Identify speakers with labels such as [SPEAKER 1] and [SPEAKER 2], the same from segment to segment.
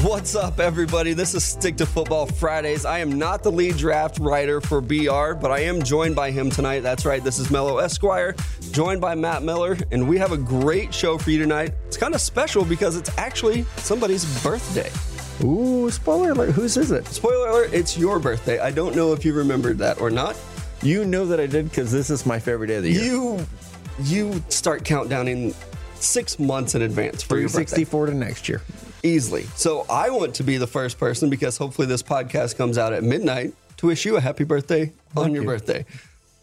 [SPEAKER 1] What's up, everybody? This is Stick to Football Fridays. I am not the lead draft writer for BR, but I am joined by him tonight. That's right. This is Mello Esquire, joined by Matt Miller, and we have a great show for you tonight. It's kind of special because it's actually somebody's birthday.
[SPEAKER 2] Ooh, spoiler alert. Whose is it?
[SPEAKER 1] Spoiler alert, it's your birthday. I don't know if you remembered that or not.
[SPEAKER 2] You know that I did because this is my favorite day of the year.
[SPEAKER 1] You you start countdowning six months in advance for your birthday.
[SPEAKER 2] 364 to next year.
[SPEAKER 1] easily. So I want to be the first person because hopefully this podcast comes out at midnight to wish you a happy birthday on your
[SPEAKER 2] you.
[SPEAKER 1] birthday.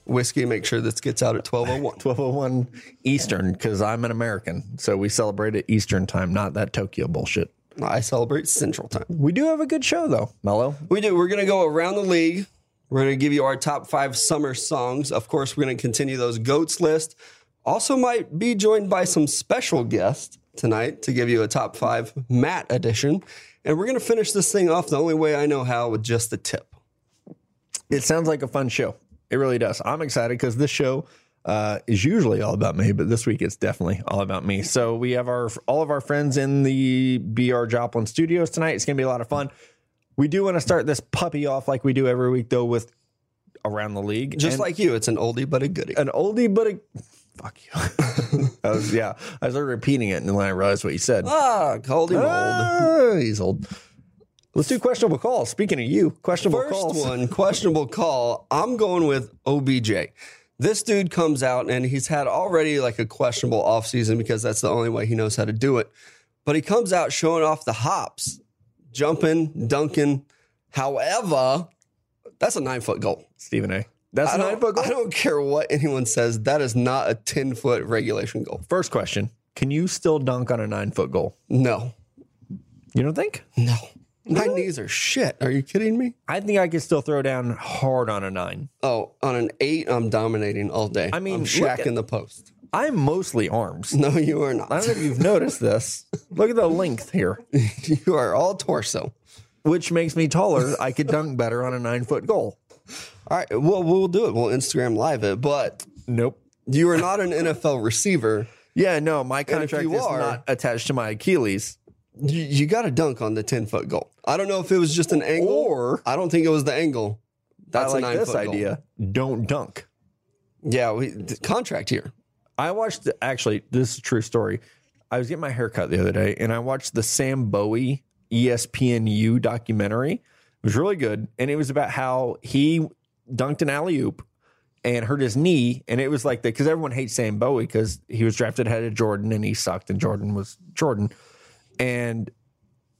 [SPEAKER 1] Whiskey, make sure this gets out at 1201.
[SPEAKER 2] 1201 Eastern because I'm an American. So we celebrate at Eastern time, not that Tokyo bullshit.
[SPEAKER 1] I celebrate Central Time.
[SPEAKER 2] We do have a good show though, Mello.
[SPEAKER 1] We do. We're going to go around the league. We're going to give you our top five summer songs. Of course, we're going to continue those GOATs list. Also, might be joined by some special guests tonight to give you a top five Matt edition. And we're going to finish this thing off the only way I know how with just the tip.
[SPEAKER 2] It sounds like a fun show. It really does. I'm excited because this show uh, is usually all about me, but this week it's definitely all about me. So we have our all of our friends in the BR Joplin Studios tonight. It's gonna be a lot of fun. We do want to start this puppy off like we do every week though with around the league,
[SPEAKER 1] Just
[SPEAKER 2] And-
[SPEAKER 1] like you, it's an oldie but a goodie.
[SPEAKER 2] an oldie but a fuck you. I was, yeah, I started repeating it and then I realized what you said.
[SPEAKER 1] Ah, called him old.
[SPEAKER 2] Ah, he's old. Let's do questionable calls. Speaking of you, questionable
[SPEAKER 1] First
[SPEAKER 2] calls.
[SPEAKER 1] one, questionable call. I'm going with OBJ. This dude comes out and he's had already like a questionable offseason because that's the only way he knows how to do it. But he comes out showing off the hops, jumping, dunking. However, that's a nine foot goal.
[SPEAKER 2] Stephen A. That's
[SPEAKER 1] I
[SPEAKER 2] a nine foot
[SPEAKER 1] don't, I
[SPEAKER 2] goal.
[SPEAKER 1] don't care what anyone says. That is not a 10 foot regulation goal.
[SPEAKER 2] First question: Can you still dunk on a nine foot goal?
[SPEAKER 1] No,
[SPEAKER 2] You don't think?
[SPEAKER 1] no. My knees are shit. Are you kidding me?
[SPEAKER 2] I think I could still throw down hard on a nine.
[SPEAKER 1] Oh, on an eight, I'm dominating all day. I
[SPEAKER 2] mean,
[SPEAKER 1] I'm
[SPEAKER 2] look
[SPEAKER 1] Shaq
[SPEAKER 2] at-
[SPEAKER 1] in the post.
[SPEAKER 2] I'm mostly arms.
[SPEAKER 1] No, you are not.
[SPEAKER 2] I don't know if you've noticed this. Look at the length here,
[SPEAKER 1] you are all torso.
[SPEAKER 2] which makes me taller. I could dunk better on a nine foot goal.
[SPEAKER 1] All right, well, we'll do it. We'll Instagram live it, but
[SPEAKER 2] Nope.
[SPEAKER 1] you are not an NFL receiver.
[SPEAKER 2] Yeah, no, my
[SPEAKER 1] if
[SPEAKER 2] contract is
[SPEAKER 1] you are-
[SPEAKER 2] not attached to my Achilles.
[SPEAKER 1] You, you got to dunk on the 10 foot goal. I don't know if it was just an angle.
[SPEAKER 2] Or-
[SPEAKER 1] I don't think it was the angle. That's
[SPEAKER 2] I
[SPEAKER 1] a
[SPEAKER 2] like
[SPEAKER 1] nine
[SPEAKER 2] this
[SPEAKER 1] foot
[SPEAKER 2] idea. Don't dunk.
[SPEAKER 1] Goal. Yeah, we, th- contract here.
[SPEAKER 2] I watched actually this is a true story. I was getting my hair cut the other day and I watched the Sam Bowie E ESPNU documentary. It was really good and it was about how he dunked an alley oop and hurt his knee and it was like that cuz everyone hates Sam Bowie cuz he was drafted ahead of Jordan and he sucked and Jordan was Jordan. And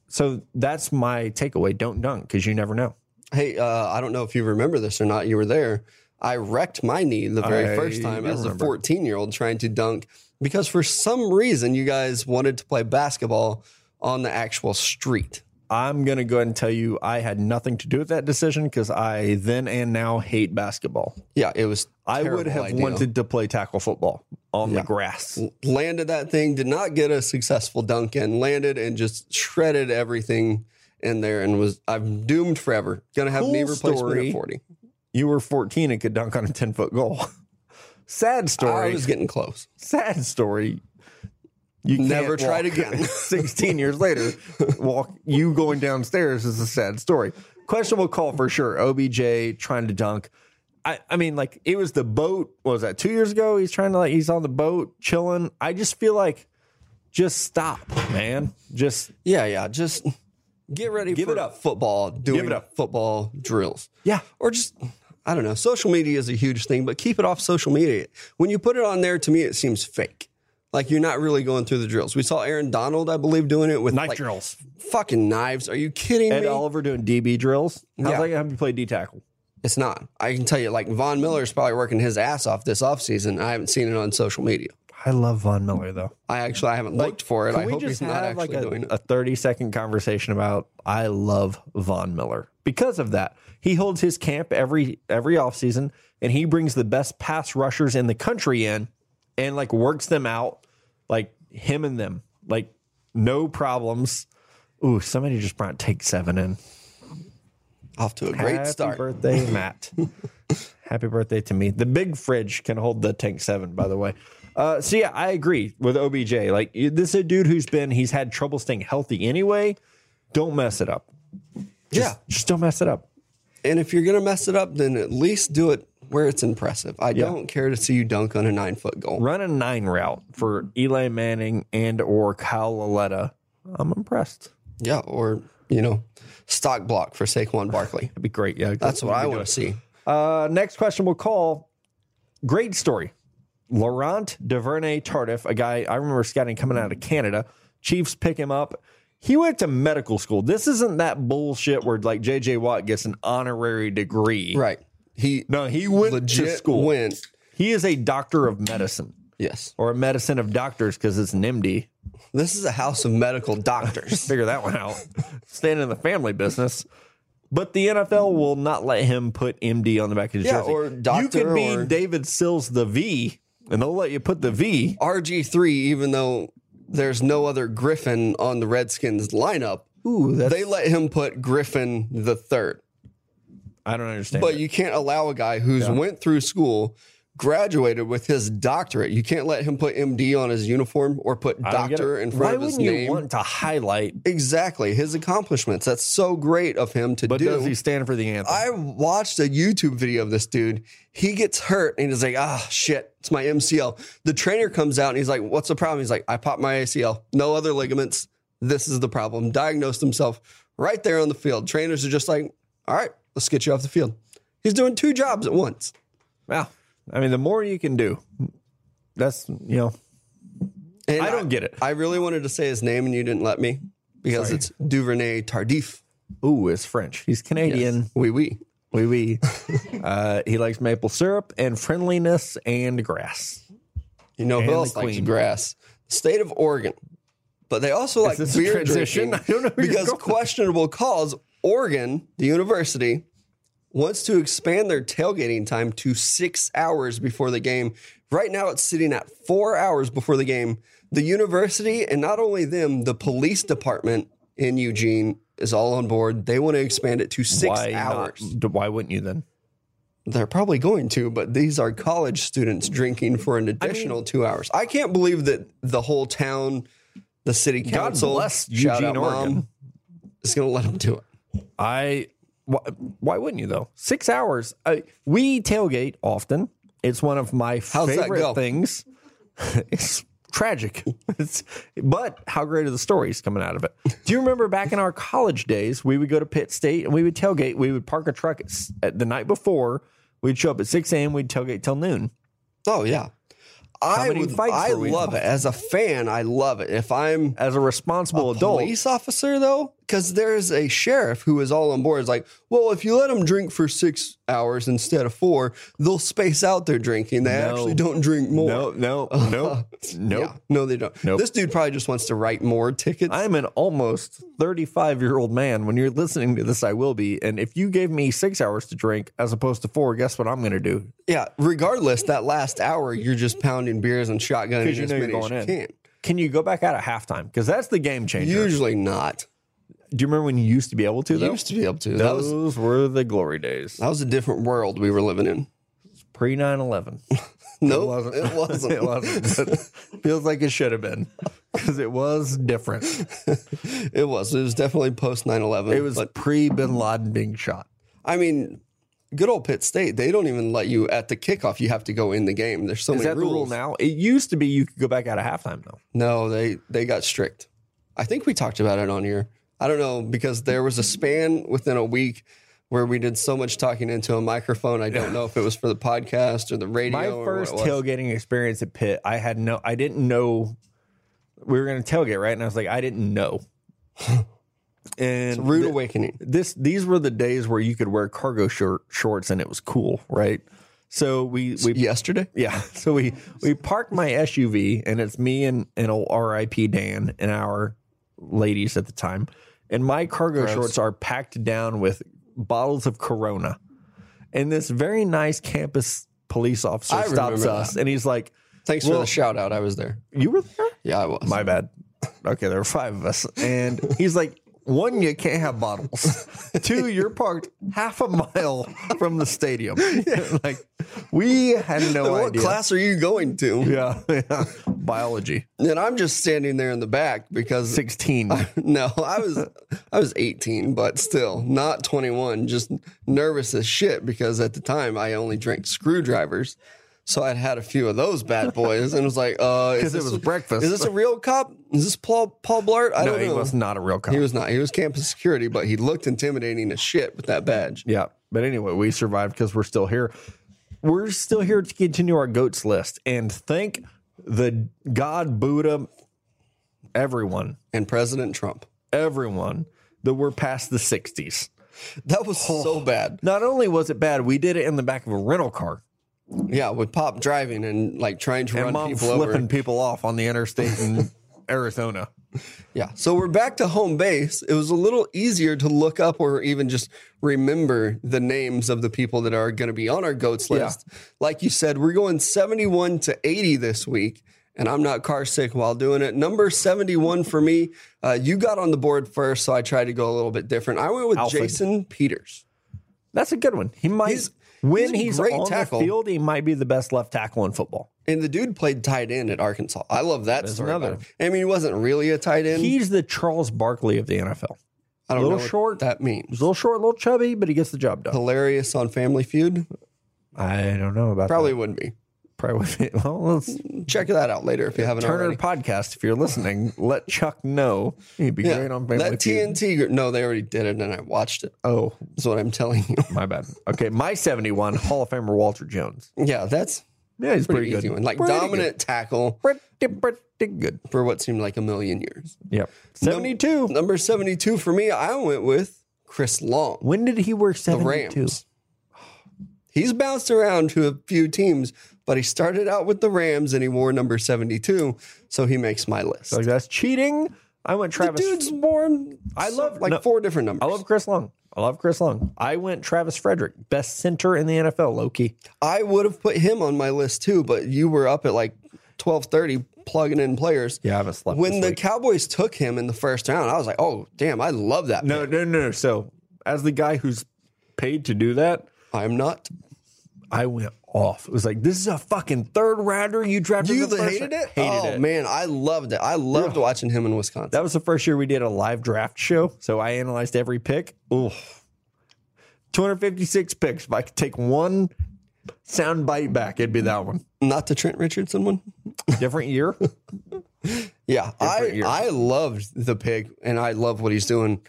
[SPEAKER 2] so that's my takeaway. Don't dunk cuz you never know.
[SPEAKER 1] Hey, uh, I don't know if you remember this or not. You were there. I wrecked my knee the very
[SPEAKER 2] I
[SPEAKER 1] first time
[SPEAKER 2] do
[SPEAKER 1] as
[SPEAKER 2] remember.
[SPEAKER 1] a 14 year old trying to dunk because for some reason you guys wanted to play basketball on the actual street.
[SPEAKER 2] I'm going to go ahead and tell you I had nothing to do with that decision because I then and now hate basketball.
[SPEAKER 1] Yeah, it was.
[SPEAKER 2] I would
[SPEAKER 1] terrible
[SPEAKER 2] have
[SPEAKER 1] idea.
[SPEAKER 2] wanted to play tackle football on the grass.
[SPEAKER 1] landed that thing, did not get a successful dunk in, landed and just shredded everything in there and was I'm doomed forever. Gonna have
[SPEAKER 2] Cool
[SPEAKER 1] knee replacement
[SPEAKER 2] story.
[SPEAKER 1] at 40.
[SPEAKER 2] You were 14 and could dunk on a 10 foot goal. Sad
[SPEAKER 1] I
[SPEAKER 2] story.
[SPEAKER 1] was getting close.
[SPEAKER 2] Sad story. You can't
[SPEAKER 1] Never tried
[SPEAKER 2] walk.
[SPEAKER 1] again.
[SPEAKER 2] 16 years later, walk you going downstairs is a sad story. Questionable call for sure. OBJ trying to dunk. I, I mean, like it was the boat. What was that two years ago? He's trying to like he's on the boat chilling. I just feel like just stop, man. Just
[SPEAKER 1] Yeah, yeah. Just get ready
[SPEAKER 2] Give
[SPEAKER 1] for
[SPEAKER 2] it up.
[SPEAKER 1] football, doing
[SPEAKER 2] it up.
[SPEAKER 1] football drills.
[SPEAKER 2] yeah.
[SPEAKER 1] Or just I don't know. Social media is a huge thing, but keep it off social media. When you put it on there, to me, it seems fake. Like you're not really going through the drills. We saw Aaron Donald, I believe, doing it with
[SPEAKER 2] Knife
[SPEAKER 1] like,
[SPEAKER 2] drills.
[SPEAKER 1] fucking knives. Are you kidding
[SPEAKER 2] Ed
[SPEAKER 1] me?
[SPEAKER 2] Oliver doing DB drills. How's
[SPEAKER 1] Yeah.
[SPEAKER 2] that gonna have you play D tackle?
[SPEAKER 1] It's not. I can tell you, like, Von Miller's probably working his ass off this offseason. I haven't seen it on social media.
[SPEAKER 2] I love Von Miller though.
[SPEAKER 1] I actually I haven't looked for it.
[SPEAKER 2] Can
[SPEAKER 1] I
[SPEAKER 2] we
[SPEAKER 1] hope he's
[SPEAKER 2] just
[SPEAKER 1] not
[SPEAKER 2] have,
[SPEAKER 1] actually
[SPEAKER 2] like a,
[SPEAKER 1] doing it.
[SPEAKER 2] a thirty second conversation about I love Von Miller because of that. He holds his camp every every offseason and he brings the best pass rushers in the country in and like works them out like him and them like no problems. Ooh, somebody just brought take seven in.
[SPEAKER 1] Off to a great
[SPEAKER 2] Happy
[SPEAKER 1] start.
[SPEAKER 2] birthday, Matt. Happy birthday to me. The big fridge can hold the tank seven, by the way. Uh, so yeah, I agree with OBJ. Like you- this is a dude who's been he's had trouble staying healthy anyway. Don't mess it up.
[SPEAKER 1] Yeah.
[SPEAKER 2] Just don't mess it up.
[SPEAKER 1] And if you're going to mess it up, then at least do it where it's impressive. I
[SPEAKER 2] Yeah.
[SPEAKER 1] don't care to see you dunk on a nine foot goal.
[SPEAKER 2] Run a nine route for Eli Manning and or Kyle Laletta. I'm impressed.
[SPEAKER 1] Yeah. Or, you know, stock block for Saquon Barkley.
[SPEAKER 2] That'd be great. Yeah,
[SPEAKER 1] That's what I want to see.
[SPEAKER 2] Uh, next question we'll call great story. Laurent DuVernay Tardif, a guy I remember scouting coming out of Canada. Chiefs pick him up. He went to medical school. This isn't that bullshit where like JJ Watt gets an honorary degree.
[SPEAKER 1] Right. He
[SPEAKER 2] No, he went to
[SPEAKER 1] legit
[SPEAKER 2] school.
[SPEAKER 1] went.
[SPEAKER 2] He is a doctor of medicine
[SPEAKER 1] Yes.
[SPEAKER 2] or a medicine of doctors because it's an MD.
[SPEAKER 1] This is a house of medical doctors.
[SPEAKER 2] Figure that one out. Staying in the family business. But the NFL will not let him put MD on the back of his
[SPEAKER 1] Yeah,
[SPEAKER 2] jersey.
[SPEAKER 1] or
[SPEAKER 2] you
[SPEAKER 1] doctor
[SPEAKER 2] could be
[SPEAKER 1] or-
[SPEAKER 2] David Sills the V, and they'll let you put the V.
[SPEAKER 1] RG3, even though there's no other Griffin on the Redskins lineup,
[SPEAKER 2] Ooh, that's
[SPEAKER 1] they let him put Griffin the third.
[SPEAKER 2] I don't understand.
[SPEAKER 1] But
[SPEAKER 2] that.
[SPEAKER 1] you can't allow a guy who's went through school, graduated with his doctorate. You can't let him put MD on his uniform or put
[SPEAKER 2] I don't get
[SPEAKER 1] doctor
[SPEAKER 2] it.
[SPEAKER 1] in
[SPEAKER 2] Why
[SPEAKER 1] front of his
[SPEAKER 2] wouldn't you
[SPEAKER 1] name.
[SPEAKER 2] want to highlight?
[SPEAKER 1] exactly his accomplishments. That's so great of him to
[SPEAKER 2] But
[SPEAKER 1] do.
[SPEAKER 2] does he stand for the anthem?
[SPEAKER 1] I watched a YouTube video of this dude. He gets hurt and he's like, ah, shit, it's my MCL. The trainer comes out and he's like, what's the problem? He's like, I popped my ACL, no other ligaments. This is the problem. Diagnosed himself right there on the field. Trainers are just like, all right, let's get you off the field. He's doing two jobs at once.
[SPEAKER 2] well, I mean, the more you can do, that's you know.
[SPEAKER 1] And
[SPEAKER 2] I don't get it.
[SPEAKER 1] I really wanted to say his name and you didn't let me because it's Duvernay Tardif.
[SPEAKER 2] Ooh, it's French. He's Canadian.
[SPEAKER 1] Oui, oui.
[SPEAKER 2] Wee wee. uh, he likes maple syrup and friendliness and grass.
[SPEAKER 1] You know who
[SPEAKER 2] And
[SPEAKER 1] else
[SPEAKER 2] the
[SPEAKER 1] likes
[SPEAKER 2] queen.
[SPEAKER 1] grass? State of Oregon. But they also like
[SPEAKER 2] this a
[SPEAKER 1] beer
[SPEAKER 2] transition?
[SPEAKER 1] drinking
[SPEAKER 2] I don't know where you're
[SPEAKER 1] because
[SPEAKER 2] going.
[SPEAKER 1] questionable cause Oregon, the university, wants to expand their tailgating time to six hours before the game. Right now, it's sitting at four hours before the game. The university and not only them, the police department in Eugene is all on board. They want to expand it to six
[SPEAKER 2] why
[SPEAKER 1] hours.
[SPEAKER 2] Not, d- why wouldn't you then?
[SPEAKER 1] They're probably going to, but these are college students drinking for an additional two hours. I can't believe that the whole town, the city
[SPEAKER 2] God
[SPEAKER 1] council,
[SPEAKER 2] bless
[SPEAKER 1] shout
[SPEAKER 2] Eugene,
[SPEAKER 1] out mom,
[SPEAKER 2] Oregon.
[SPEAKER 1] is going to let them do it.
[SPEAKER 2] I. Why, why wouldn't you though? Six hours. I, we tailgate often. It's one of my
[SPEAKER 1] that
[SPEAKER 2] favorite
[SPEAKER 1] go?
[SPEAKER 2] things. it's tragic. It's, but how great are the stories coming out of it? Do you remember back in our college days, we would go to Pitt State and we would tailgate. We would park a truck at, s- at the night before. We'd show up at six a.m. We'd tailgate till noon.
[SPEAKER 1] Oh yeah, I
[SPEAKER 2] many
[SPEAKER 1] would.
[SPEAKER 2] fights
[SPEAKER 1] I
[SPEAKER 2] were we in?
[SPEAKER 1] love it as a fan. I love it. If I'm
[SPEAKER 2] as a responsible adult,
[SPEAKER 1] police officer though, because there's a sheriff who is all on board. Is like, well, if you let them drink for six hours instead of four, they'll space out their drinking. They
[SPEAKER 2] No.
[SPEAKER 1] actually don't drink more.
[SPEAKER 2] no, no, no, no.
[SPEAKER 1] Yeah. No, they don't.
[SPEAKER 2] Nope.
[SPEAKER 1] This dude probably just wants to write more tickets.
[SPEAKER 2] I'm an almost 35 year old man. When you're listening to this, I will be. And if you gave me six hours to drink as opposed to four, guess what I'm going to do?
[SPEAKER 1] Yeah, regardless, that last hour you're just pounding beers and shotgunning
[SPEAKER 2] 'Cause you
[SPEAKER 1] as
[SPEAKER 2] know you're
[SPEAKER 1] many as you
[SPEAKER 2] going in.
[SPEAKER 1] can.
[SPEAKER 2] Can you go back out at halftime? Because that's the game changer.
[SPEAKER 1] Usually not.
[SPEAKER 2] do you remember when you used to be able to?
[SPEAKER 1] You
[SPEAKER 2] Though?
[SPEAKER 1] used to be able to. That
[SPEAKER 2] Those
[SPEAKER 1] was
[SPEAKER 2] were the glory days.
[SPEAKER 1] that was a different world we were living in.
[SPEAKER 2] Pre 9 11.
[SPEAKER 1] No,
[SPEAKER 2] It wasn't.
[SPEAKER 1] it wasn't.
[SPEAKER 2] it wasn't. but feels like it should have been because it was different.
[SPEAKER 1] It was. It was definitely post 9-11.
[SPEAKER 2] It was
[SPEAKER 1] But,
[SPEAKER 2] pre bin Laden being shot.
[SPEAKER 1] I mean, good old Pitt State. They don't even let you at the kickoff. You have to go in the game. There's so
[SPEAKER 2] Is
[SPEAKER 1] many
[SPEAKER 2] that the
[SPEAKER 1] rules
[SPEAKER 2] rule now? It used to be you could go back out at halftime, though.
[SPEAKER 1] No, they they got strict. I think we talked about it on here. I don't know because there was a span within a week where we did so much talking into a microphone. I don't know if it was for the podcast or the radio.
[SPEAKER 2] My
[SPEAKER 1] or
[SPEAKER 2] first
[SPEAKER 1] what it was.
[SPEAKER 2] tailgating experience at Pitt, I had no, I didn't know we were going to tailgate, right? And I was like, I didn't know. and
[SPEAKER 1] rude
[SPEAKER 2] th-
[SPEAKER 1] awakening.
[SPEAKER 2] this, these were the days where you could wear cargo short, shorts and it was cool, right? So we, we,
[SPEAKER 1] Yesterday,
[SPEAKER 2] yeah. So we we parked my SUV, and it's me and and old RIP Dan and our ladies at the time. And my cargo shorts are packed down with bottles of Corona. And this very nice campus police officer
[SPEAKER 1] I
[SPEAKER 2] stops
[SPEAKER 1] remember
[SPEAKER 2] us, and he's like,
[SPEAKER 1] thanks for
[SPEAKER 2] Well-
[SPEAKER 1] the shout out. I was there.
[SPEAKER 2] "You were there?
[SPEAKER 1] Yeah, I was.
[SPEAKER 2] My bad. Okay, there were five of us." And he's like, One, you can't have bottles. Two, you're parked half a mile from the stadium. like we had no
[SPEAKER 1] what
[SPEAKER 2] idea.
[SPEAKER 1] class are you going to?
[SPEAKER 2] Yeah, yeah. Biology.
[SPEAKER 1] And I'm just standing there in the back because
[SPEAKER 2] Sixteen.
[SPEAKER 1] no, I was I was 18, but still not 21. Just nervous as shit because at the time I only drank screwdrivers, so I'd had a few of those bad boys and was like, uh, is
[SPEAKER 2] Because it
[SPEAKER 1] this-
[SPEAKER 2] was breakfast.
[SPEAKER 1] Is this a real cop? Is this Paul Paul Blart? I
[SPEAKER 2] no,
[SPEAKER 1] don't
[SPEAKER 2] he
[SPEAKER 1] know.
[SPEAKER 2] was not a real cop.
[SPEAKER 1] He was not. He was campus security, but he looked intimidating as shit with that badge.
[SPEAKER 2] Yeah. But anyway, we survived because we're still here. We're still here to continue our goats list and thank the God, Buddha, everyone,
[SPEAKER 1] And President Trump.
[SPEAKER 2] everyone that we're past the 60s.
[SPEAKER 1] That was
[SPEAKER 2] Oh.
[SPEAKER 1] so bad.
[SPEAKER 2] Not only was it bad, we did it in the back of a rental car
[SPEAKER 1] Yeah, with Pop driving and like trying to
[SPEAKER 2] and
[SPEAKER 1] run
[SPEAKER 2] mom
[SPEAKER 1] people
[SPEAKER 2] flipping
[SPEAKER 1] over.
[SPEAKER 2] people off on the interstate in Arizona.
[SPEAKER 1] Yeah. So we're back to home base. It was a little easier to look up or even just remember the names of the people that are going to be on our goats
[SPEAKER 2] Yeah.
[SPEAKER 1] list. Like you said, we're going 71 to 80 this week. And I'm not car sick while doing it. Number 71 for me, uh, you got on the board first, so I tried to go a little bit different. I went with
[SPEAKER 2] Alfred.
[SPEAKER 1] Jason Peters.
[SPEAKER 2] That's a good one. He might,
[SPEAKER 1] He's- he's
[SPEAKER 2] when
[SPEAKER 1] a
[SPEAKER 2] he's,
[SPEAKER 1] great
[SPEAKER 2] on
[SPEAKER 1] tackle.
[SPEAKER 2] the field, he might be the best left tackle in football.
[SPEAKER 1] And the dude played tight end at Arkansas. I love that story. about
[SPEAKER 2] another.
[SPEAKER 1] him. I mean, he wasn't really a tight end.
[SPEAKER 2] He's the Charles Barkley of the NFL.
[SPEAKER 1] I don't
[SPEAKER 2] little
[SPEAKER 1] know what
[SPEAKER 2] short.
[SPEAKER 1] that means.
[SPEAKER 2] He's a little short, a little chubby, but he gets the job done.
[SPEAKER 1] Hilarious on Family Feud?
[SPEAKER 2] I don't know about
[SPEAKER 1] Probably wouldn't be.
[SPEAKER 2] Probably. Well, let's
[SPEAKER 1] Check that out later if you haven't
[SPEAKER 2] Turner
[SPEAKER 1] already.
[SPEAKER 2] podcast. If you're listening, let Chuck know. He'd be
[SPEAKER 1] Yeah.
[SPEAKER 2] great on Family
[SPEAKER 1] Let
[SPEAKER 2] Feud.
[SPEAKER 1] TNT. gr- No, they already did it, and I watched it.
[SPEAKER 2] Oh,
[SPEAKER 1] That's what I'm telling you.
[SPEAKER 2] my bad. Okay, my 71 Hall of Famer Walter Jones.
[SPEAKER 1] yeah, that's
[SPEAKER 2] Yeah, he's
[SPEAKER 1] pretty,
[SPEAKER 2] pretty, good.
[SPEAKER 1] easy one. Like
[SPEAKER 2] Pretty good.
[SPEAKER 1] dominant tackle
[SPEAKER 2] Pretty pretty good.
[SPEAKER 1] for what seemed like a million years.
[SPEAKER 2] Yep.
[SPEAKER 1] Num-
[SPEAKER 2] 72.
[SPEAKER 1] number seventy-two for me. I went with Chris Long,
[SPEAKER 2] When did he wear
[SPEAKER 1] the
[SPEAKER 2] 72?
[SPEAKER 1] Rams. He's bounced around to a few teams, but he started out with the Rams and he wore number seventy-two, so he makes my list.
[SPEAKER 2] Like that's cheating. I went Travis.
[SPEAKER 1] Dude's born.
[SPEAKER 2] I love-
[SPEAKER 1] like
[SPEAKER 2] no.
[SPEAKER 1] four different numbers.
[SPEAKER 2] I love Chris Long. I love Chris Long. I went Travis Frederick, best center in the NFL, Loki.
[SPEAKER 1] I would have put him on my list too, but you were up at like twelve thirty plugging in players.
[SPEAKER 2] Yeah, I haven't slept.
[SPEAKER 1] When
[SPEAKER 2] this
[SPEAKER 1] the
[SPEAKER 2] week.
[SPEAKER 1] Cowboys took him in the first round, I was like, "Oh, damn! I love that."
[SPEAKER 2] no, no, no, no. So, as the guy who's paid to do that,
[SPEAKER 1] I'm not.
[SPEAKER 2] I went off. It was like, this is a fucking third rounder. You drafted
[SPEAKER 1] You
[SPEAKER 2] in the
[SPEAKER 1] the
[SPEAKER 2] first
[SPEAKER 1] hated
[SPEAKER 2] round."
[SPEAKER 1] it.
[SPEAKER 2] Hated
[SPEAKER 1] oh
[SPEAKER 2] it.
[SPEAKER 1] man, I loved it. I loved watching him in Wisconsin.
[SPEAKER 2] That was the first year we did a live draft show. So I analyzed every pick. Ooh. 256 picks. If I could take one sound bite back, it'd be that one.
[SPEAKER 1] not the Trent Richardson one.
[SPEAKER 2] Different year.
[SPEAKER 1] Yeah, I
[SPEAKER 2] year.
[SPEAKER 1] I loved the pick, and I love what he's doing.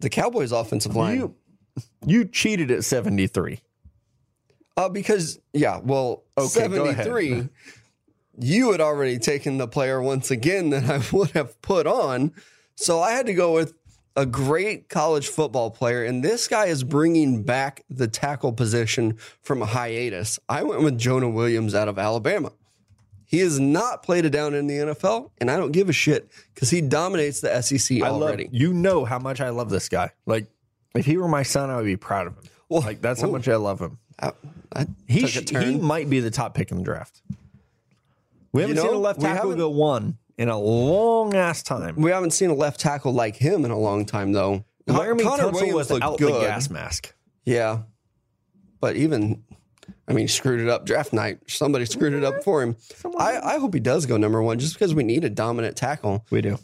[SPEAKER 1] The Cowboys' offensive line.
[SPEAKER 2] you you cheated at 73.
[SPEAKER 1] Uh, because yeah, well,
[SPEAKER 2] Okay, go ahead.
[SPEAKER 1] 73, you had already taken the player once again that I would have put on. So I had to go with a great college football player, and this guy is bringing back the tackle position from a hiatus. I went with Jonah Williams out of Alabama. He has not played it down in the NFL, and I don't give a shit because he dominates the SEC
[SPEAKER 2] I love
[SPEAKER 1] already.
[SPEAKER 2] you know how much I love this guy. Like if he were my son, I would be proud of him.
[SPEAKER 1] Well,
[SPEAKER 2] like that's how
[SPEAKER 1] ooh.
[SPEAKER 2] much I love him.
[SPEAKER 1] I, I
[SPEAKER 2] He,
[SPEAKER 1] took a
[SPEAKER 2] sh-
[SPEAKER 1] turn.
[SPEAKER 2] he might be the top pick in the draft. We haven't seen
[SPEAKER 1] know,
[SPEAKER 2] a left
[SPEAKER 1] we
[SPEAKER 2] tackle
[SPEAKER 1] haven't-
[SPEAKER 2] go one in a long ass time.
[SPEAKER 1] We haven't seen a left tackle like him in a long time, though. Con-
[SPEAKER 2] Laramie
[SPEAKER 1] Connor
[SPEAKER 2] Tunsil
[SPEAKER 1] Williams
[SPEAKER 2] was
[SPEAKER 1] looked
[SPEAKER 2] out the
[SPEAKER 1] good.
[SPEAKER 2] gas mask.
[SPEAKER 1] Yeah, but even, I mean, he screwed it up draft night. Somebody screwed it
[SPEAKER 2] Mm-hmm.
[SPEAKER 1] up for him. I, I hope he does go number one, just because we need a dominant tackle.
[SPEAKER 2] We do.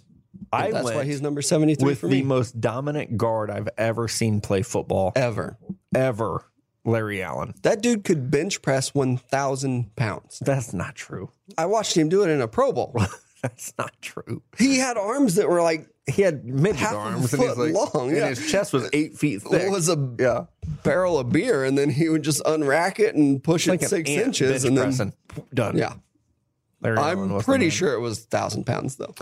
[SPEAKER 2] I
[SPEAKER 1] That's
[SPEAKER 2] went
[SPEAKER 1] why he's number seventy three
[SPEAKER 2] with
[SPEAKER 1] for
[SPEAKER 2] the
[SPEAKER 1] me E-,
[SPEAKER 2] most dominant guard I've ever seen play football
[SPEAKER 1] ever.
[SPEAKER 2] ever, Larry Allen.
[SPEAKER 1] That dude could bench press one thousand pounds.
[SPEAKER 2] That's not true.
[SPEAKER 1] I watched him do it in a Pro Bowl.
[SPEAKER 2] That's not true.
[SPEAKER 1] He had arms that were like
[SPEAKER 2] He had midget
[SPEAKER 1] Half a
[SPEAKER 2] arms and he's
[SPEAKER 1] foot
[SPEAKER 2] like
[SPEAKER 1] long,
[SPEAKER 2] and
[SPEAKER 1] yeah.
[SPEAKER 2] his chest was eight feet thick.
[SPEAKER 1] it was a
[SPEAKER 2] yeah,
[SPEAKER 1] barrel of beer, and then he would just unrack it and push
[SPEAKER 2] like
[SPEAKER 1] it
[SPEAKER 2] an
[SPEAKER 1] six
[SPEAKER 2] ant
[SPEAKER 1] inches,
[SPEAKER 2] bench
[SPEAKER 1] and then
[SPEAKER 2] pressing. done.
[SPEAKER 1] yeah.
[SPEAKER 2] Larry Allen
[SPEAKER 1] I'm
[SPEAKER 2] was the
[SPEAKER 1] pretty
[SPEAKER 2] man.
[SPEAKER 1] sure it was thousand pounds though.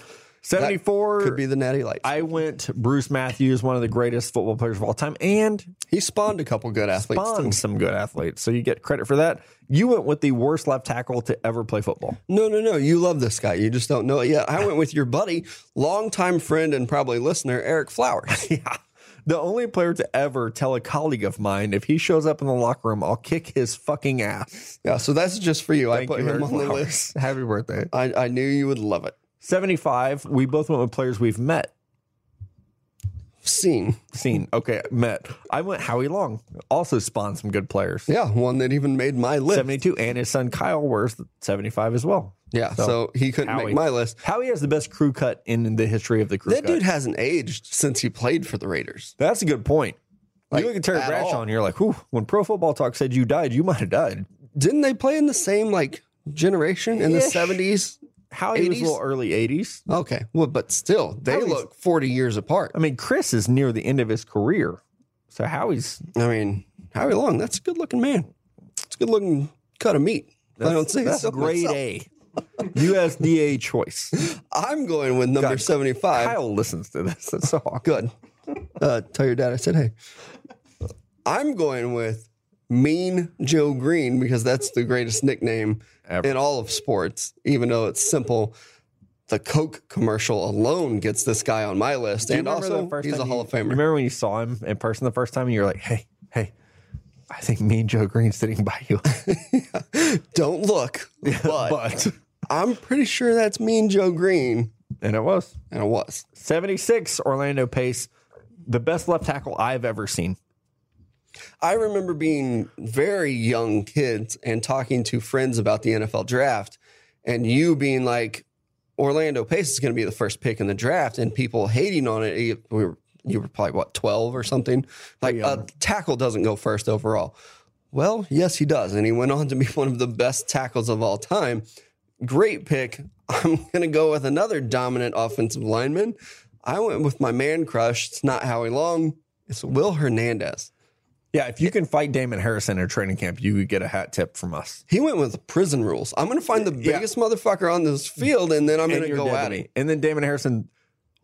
[SPEAKER 2] seventy four.
[SPEAKER 1] Could be the Natty Lights.
[SPEAKER 2] I went Bruce Matthews, one of the greatest football players of all time, and
[SPEAKER 1] he spawned a couple good athletes. too.
[SPEAKER 2] spawned some good athletes. So you get credit for that. You went with the worst left tackle to ever play football.
[SPEAKER 1] No, no, no. You love this guy. You just don't know it yet. I went with your buddy, longtime friend and probably listener, Eric Flowers.
[SPEAKER 2] Yeah. The only player to ever tell a colleague of mine, if he shows up in the locker room, I'll kick his fucking ass.
[SPEAKER 1] Yeah, so that's just for you. I put
[SPEAKER 2] you,
[SPEAKER 1] him
[SPEAKER 2] Eric
[SPEAKER 1] on the
[SPEAKER 2] Flowers.
[SPEAKER 1] list.
[SPEAKER 2] Happy birthday.
[SPEAKER 1] I, I knew you would love it.
[SPEAKER 2] 75, we both went with players we've met.
[SPEAKER 1] Seen.
[SPEAKER 2] Seen. Okay, met. I went Howie Long. Also spawned some good players.
[SPEAKER 1] Yeah, one that even made my list.
[SPEAKER 2] 72, and his son Kyle Worth, 75 as well.
[SPEAKER 1] yeah, so, he couldn't
[SPEAKER 2] Howie.
[SPEAKER 1] make my list.
[SPEAKER 2] Howie has the best crew cut in the history of the crew
[SPEAKER 1] That
[SPEAKER 2] cut.
[SPEAKER 1] dude hasn't aged since he played for the Raiders.
[SPEAKER 2] That's a good point.
[SPEAKER 1] Like,
[SPEAKER 2] you look at Terry
[SPEAKER 1] at
[SPEAKER 2] Bradshaw
[SPEAKER 1] all.
[SPEAKER 2] and you're like, whew, when Pro Football Talk said you died, you might have died.
[SPEAKER 1] Didn't they play in the same like generation in the
[SPEAKER 2] Ish.
[SPEAKER 1] seventies?
[SPEAKER 2] Howie was a
[SPEAKER 1] 80s?
[SPEAKER 2] little early 80s.
[SPEAKER 1] Okay, well, but still, they
[SPEAKER 2] Howie's-
[SPEAKER 1] look forty years apart.
[SPEAKER 2] I mean, Chris is near the end of his career. So Howie's
[SPEAKER 1] I mean, Howie Long, that's a good looking man. It's a good looking cut of meat. I don't think
[SPEAKER 2] that's
[SPEAKER 1] so
[SPEAKER 2] grade
[SPEAKER 1] myself.
[SPEAKER 2] A. USDA choice.
[SPEAKER 1] I'm going with number
[SPEAKER 2] God,
[SPEAKER 1] seventy five.
[SPEAKER 2] Kyle listens to this. That's so awkward.
[SPEAKER 1] Good. Uh, tell your dad I said hey. I'm going with Mean Joe Green because that's the greatest nickname
[SPEAKER 2] Ever.
[SPEAKER 1] in all of sports, even though it's simple. The Coke commercial alone gets this guy on my list,
[SPEAKER 2] Do you
[SPEAKER 1] and
[SPEAKER 2] remember the
[SPEAKER 1] also
[SPEAKER 2] first
[SPEAKER 1] he's a
[SPEAKER 2] time
[SPEAKER 1] Hall
[SPEAKER 2] you-
[SPEAKER 1] of Famer.
[SPEAKER 2] Remember when you saw him in person the first time and you were like, hey, hey, I think me and Joe Green's sitting by you.
[SPEAKER 1] Don't look, but,
[SPEAKER 2] but,
[SPEAKER 1] I'm pretty sure that's Mean Joe Green,
[SPEAKER 2] and it was.
[SPEAKER 1] and it was.
[SPEAKER 2] 76 Orlando Pace, the best left tackle I've ever seen.
[SPEAKER 1] I remember being very young kids and talking to friends about the NFL draft, and you being like, Orlando Pace is going to be the first pick in the draft, and people hating on it. You- We were, you were probably what twelve or something. Like a tackle doesn't go first overall. Well, yes, he does, and he went on to be one of the best tackles of all time. Great pick. I'm going to go with another dominant offensive lineman. I went with my man crush. It's not Howie Long. It's Will Hernandez.
[SPEAKER 2] Yeah, if you can fight Damon Harrison in training camp, you could get a hat tip from us.
[SPEAKER 1] He went with prison rules. I'm going to find the
[SPEAKER 2] Yeah.
[SPEAKER 1] biggest motherfucker on this field, and then I'm going
[SPEAKER 2] And
[SPEAKER 1] to
[SPEAKER 2] you're
[SPEAKER 1] go
[SPEAKER 2] dead
[SPEAKER 1] at
[SPEAKER 2] to
[SPEAKER 1] him.
[SPEAKER 2] me. And then Damon Harrison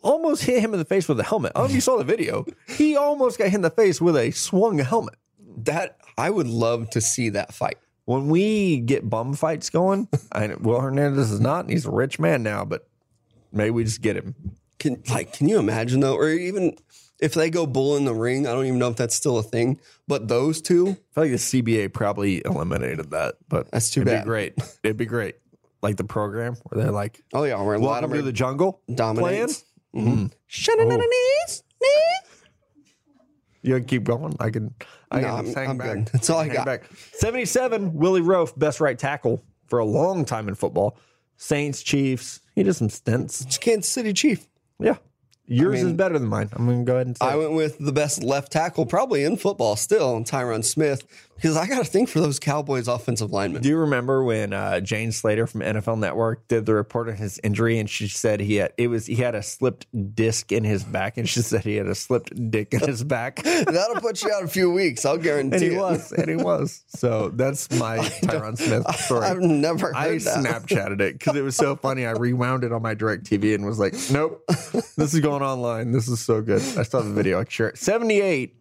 [SPEAKER 2] almost hit him in the face with a helmet. I don't know if you saw the video. He almost got hit in the face with a swung helmet.
[SPEAKER 1] That I would love to see that fight.
[SPEAKER 2] When we get bum fights going, I know Will Hernandez is not, and he's a rich man now, but maybe we just get him.
[SPEAKER 1] Can like, can you imagine though? Or even if they go bull in the ring, I don't even know if that's still a thing. But those two,
[SPEAKER 2] I feel like the CBA probably eliminated that, but
[SPEAKER 1] That's too
[SPEAKER 2] it'd
[SPEAKER 1] bad.
[SPEAKER 2] Be great. It'd be great. Like the program where they're like,
[SPEAKER 1] oh yeah, we're
[SPEAKER 2] "Welcome
[SPEAKER 1] Latimer
[SPEAKER 2] to the Mm-hmm. Oh. jungle."
[SPEAKER 1] dominates. Mm-hmm.
[SPEAKER 2] Plan. You can keep going. I can. I
[SPEAKER 1] No,
[SPEAKER 2] can
[SPEAKER 1] I'm-
[SPEAKER 2] hang
[SPEAKER 1] I'm
[SPEAKER 2] back.
[SPEAKER 1] good. That's all I
[SPEAKER 2] Hang
[SPEAKER 1] got.
[SPEAKER 2] Back. Seventy-seven. Willie Rofe, best right tackle for a long time in football. Saints, Chiefs. He did some stints.
[SPEAKER 1] It's Kansas City Chief.
[SPEAKER 2] Yeah, yours
[SPEAKER 1] mean,
[SPEAKER 2] is better than mine. I'm gonna go ahead and say.
[SPEAKER 1] I
[SPEAKER 2] it.
[SPEAKER 1] went with the best left tackle probably in football still, Tyron Smith, because I got to think for those Cowboys offensive linemen.
[SPEAKER 2] Do you remember when uh, Jane Slater from NFL Network did the report on his injury, and she said he had it was he had a slipped disc in his back, and she said he had a slipped dick in his back, and
[SPEAKER 1] That'll put you out a few weeks. I'll guarantee
[SPEAKER 2] he
[SPEAKER 1] it.
[SPEAKER 2] was, and he was. So that's my Tyron Smith story.
[SPEAKER 1] I've never heard
[SPEAKER 2] I
[SPEAKER 1] that.
[SPEAKER 2] Snapchatted it because it was so funny. I rewound it on my direct TV and was like, nope, this is going online. This is so good. I saw the video. I can share it. 78,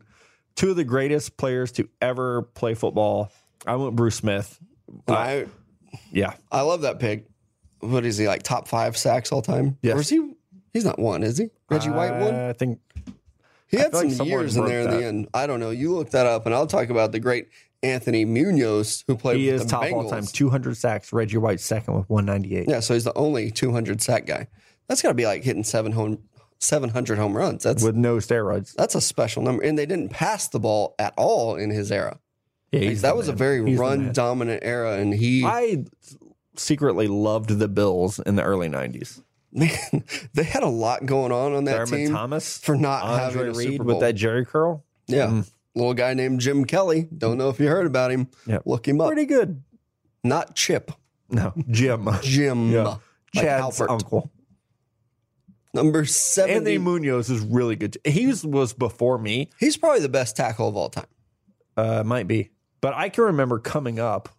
[SPEAKER 2] two of the greatest players to ever play football. I went Bruce Smith.
[SPEAKER 1] I
[SPEAKER 2] Yeah.
[SPEAKER 1] I love that pick. What is he like? Top five sacks all time?
[SPEAKER 2] Yes.
[SPEAKER 1] Or is he? He's not one, is he? Reggie White one.
[SPEAKER 2] I think
[SPEAKER 1] He had
[SPEAKER 2] feel like
[SPEAKER 1] some
[SPEAKER 2] someone
[SPEAKER 1] years in
[SPEAKER 2] broke
[SPEAKER 1] there in
[SPEAKER 2] that.
[SPEAKER 1] the end. I don't know. You look that up, and I'll talk about the great Anthony Munoz who played.
[SPEAKER 2] he
[SPEAKER 1] with
[SPEAKER 2] is
[SPEAKER 1] the
[SPEAKER 2] top
[SPEAKER 1] Bengals.
[SPEAKER 2] all time. 200 sacks. Reggie White second with 198.
[SPEAKER 1] Yeah, so he's the only 200 sack guy. That's got to be like hitting seven home, 700 home runs. That's
[SPEAKER 2] With no steroids.
[SPEAKER 1] that's a special number. And they didn't pass the ball at all in his era.
[SPEAKER 2] Yeah,
[SPEAKER 1] Like,
[SPEAKER 2] he's
[SPEAKER 1] that
[SPEAKER 2] the
[SPEAKER 1] was a
[SPEAKER 2] man.
[SPEAKER 1] very
[SPEAKER 2] He's the
[SPEAKER 1] run
[SPEAKER 2] man.
[SPEAKER 1] dominant era, and he
[SPEAKER 2] I secretly loved the Bills in the early 90s.
[SPEAKER 1] man, they had a lot going on on that
[SPEAKER 2] Thurman
[SPEAKER 1] team
[SPEAKER 2] Thomas.
[SPEAKER 1] for not
[SPEAKER 2] Andre
[SPEAKER 1] having a
[SPEAKER 2] Reed
[SPEAKER 1] Super
[SPEAKER 2] with
[SPEAKER 1] Bowl.
[SPEAKER 2] that Jerry curl.
[SPEAKER 1] Yeah.
[SPEAKER 2] Mm.
[SPEAKER 1] Little guy named Jim Kelly. Don't know if you heard about him.
[SPEAKER 2] Yeah.
[SPEAKER 1] Look him up.
[SPEAKER 2] Pretty good.
[SPEAKER 1] Not Chip.
[SPEAKER 2] No, Jim.
[SPEAKER 1] Jim.
[SPEAKER 2] Yeah.
[SPEAKER 1] Like
[SPEAKER 2] Chad's
[SPEAKER 1] Halpert.
[SPEAKER 2] uncle.
[SPEAKER 1] Number
[SPEAKER 2] Anthony
[SPEAKER 1] 70.
[SPEAKER 2] Munoz is really good. He was, was before me,
[SPEAKER 1] He's probably the best tackle of all time.
[SPEAKER 2] uh, might be. But I can remember coming up,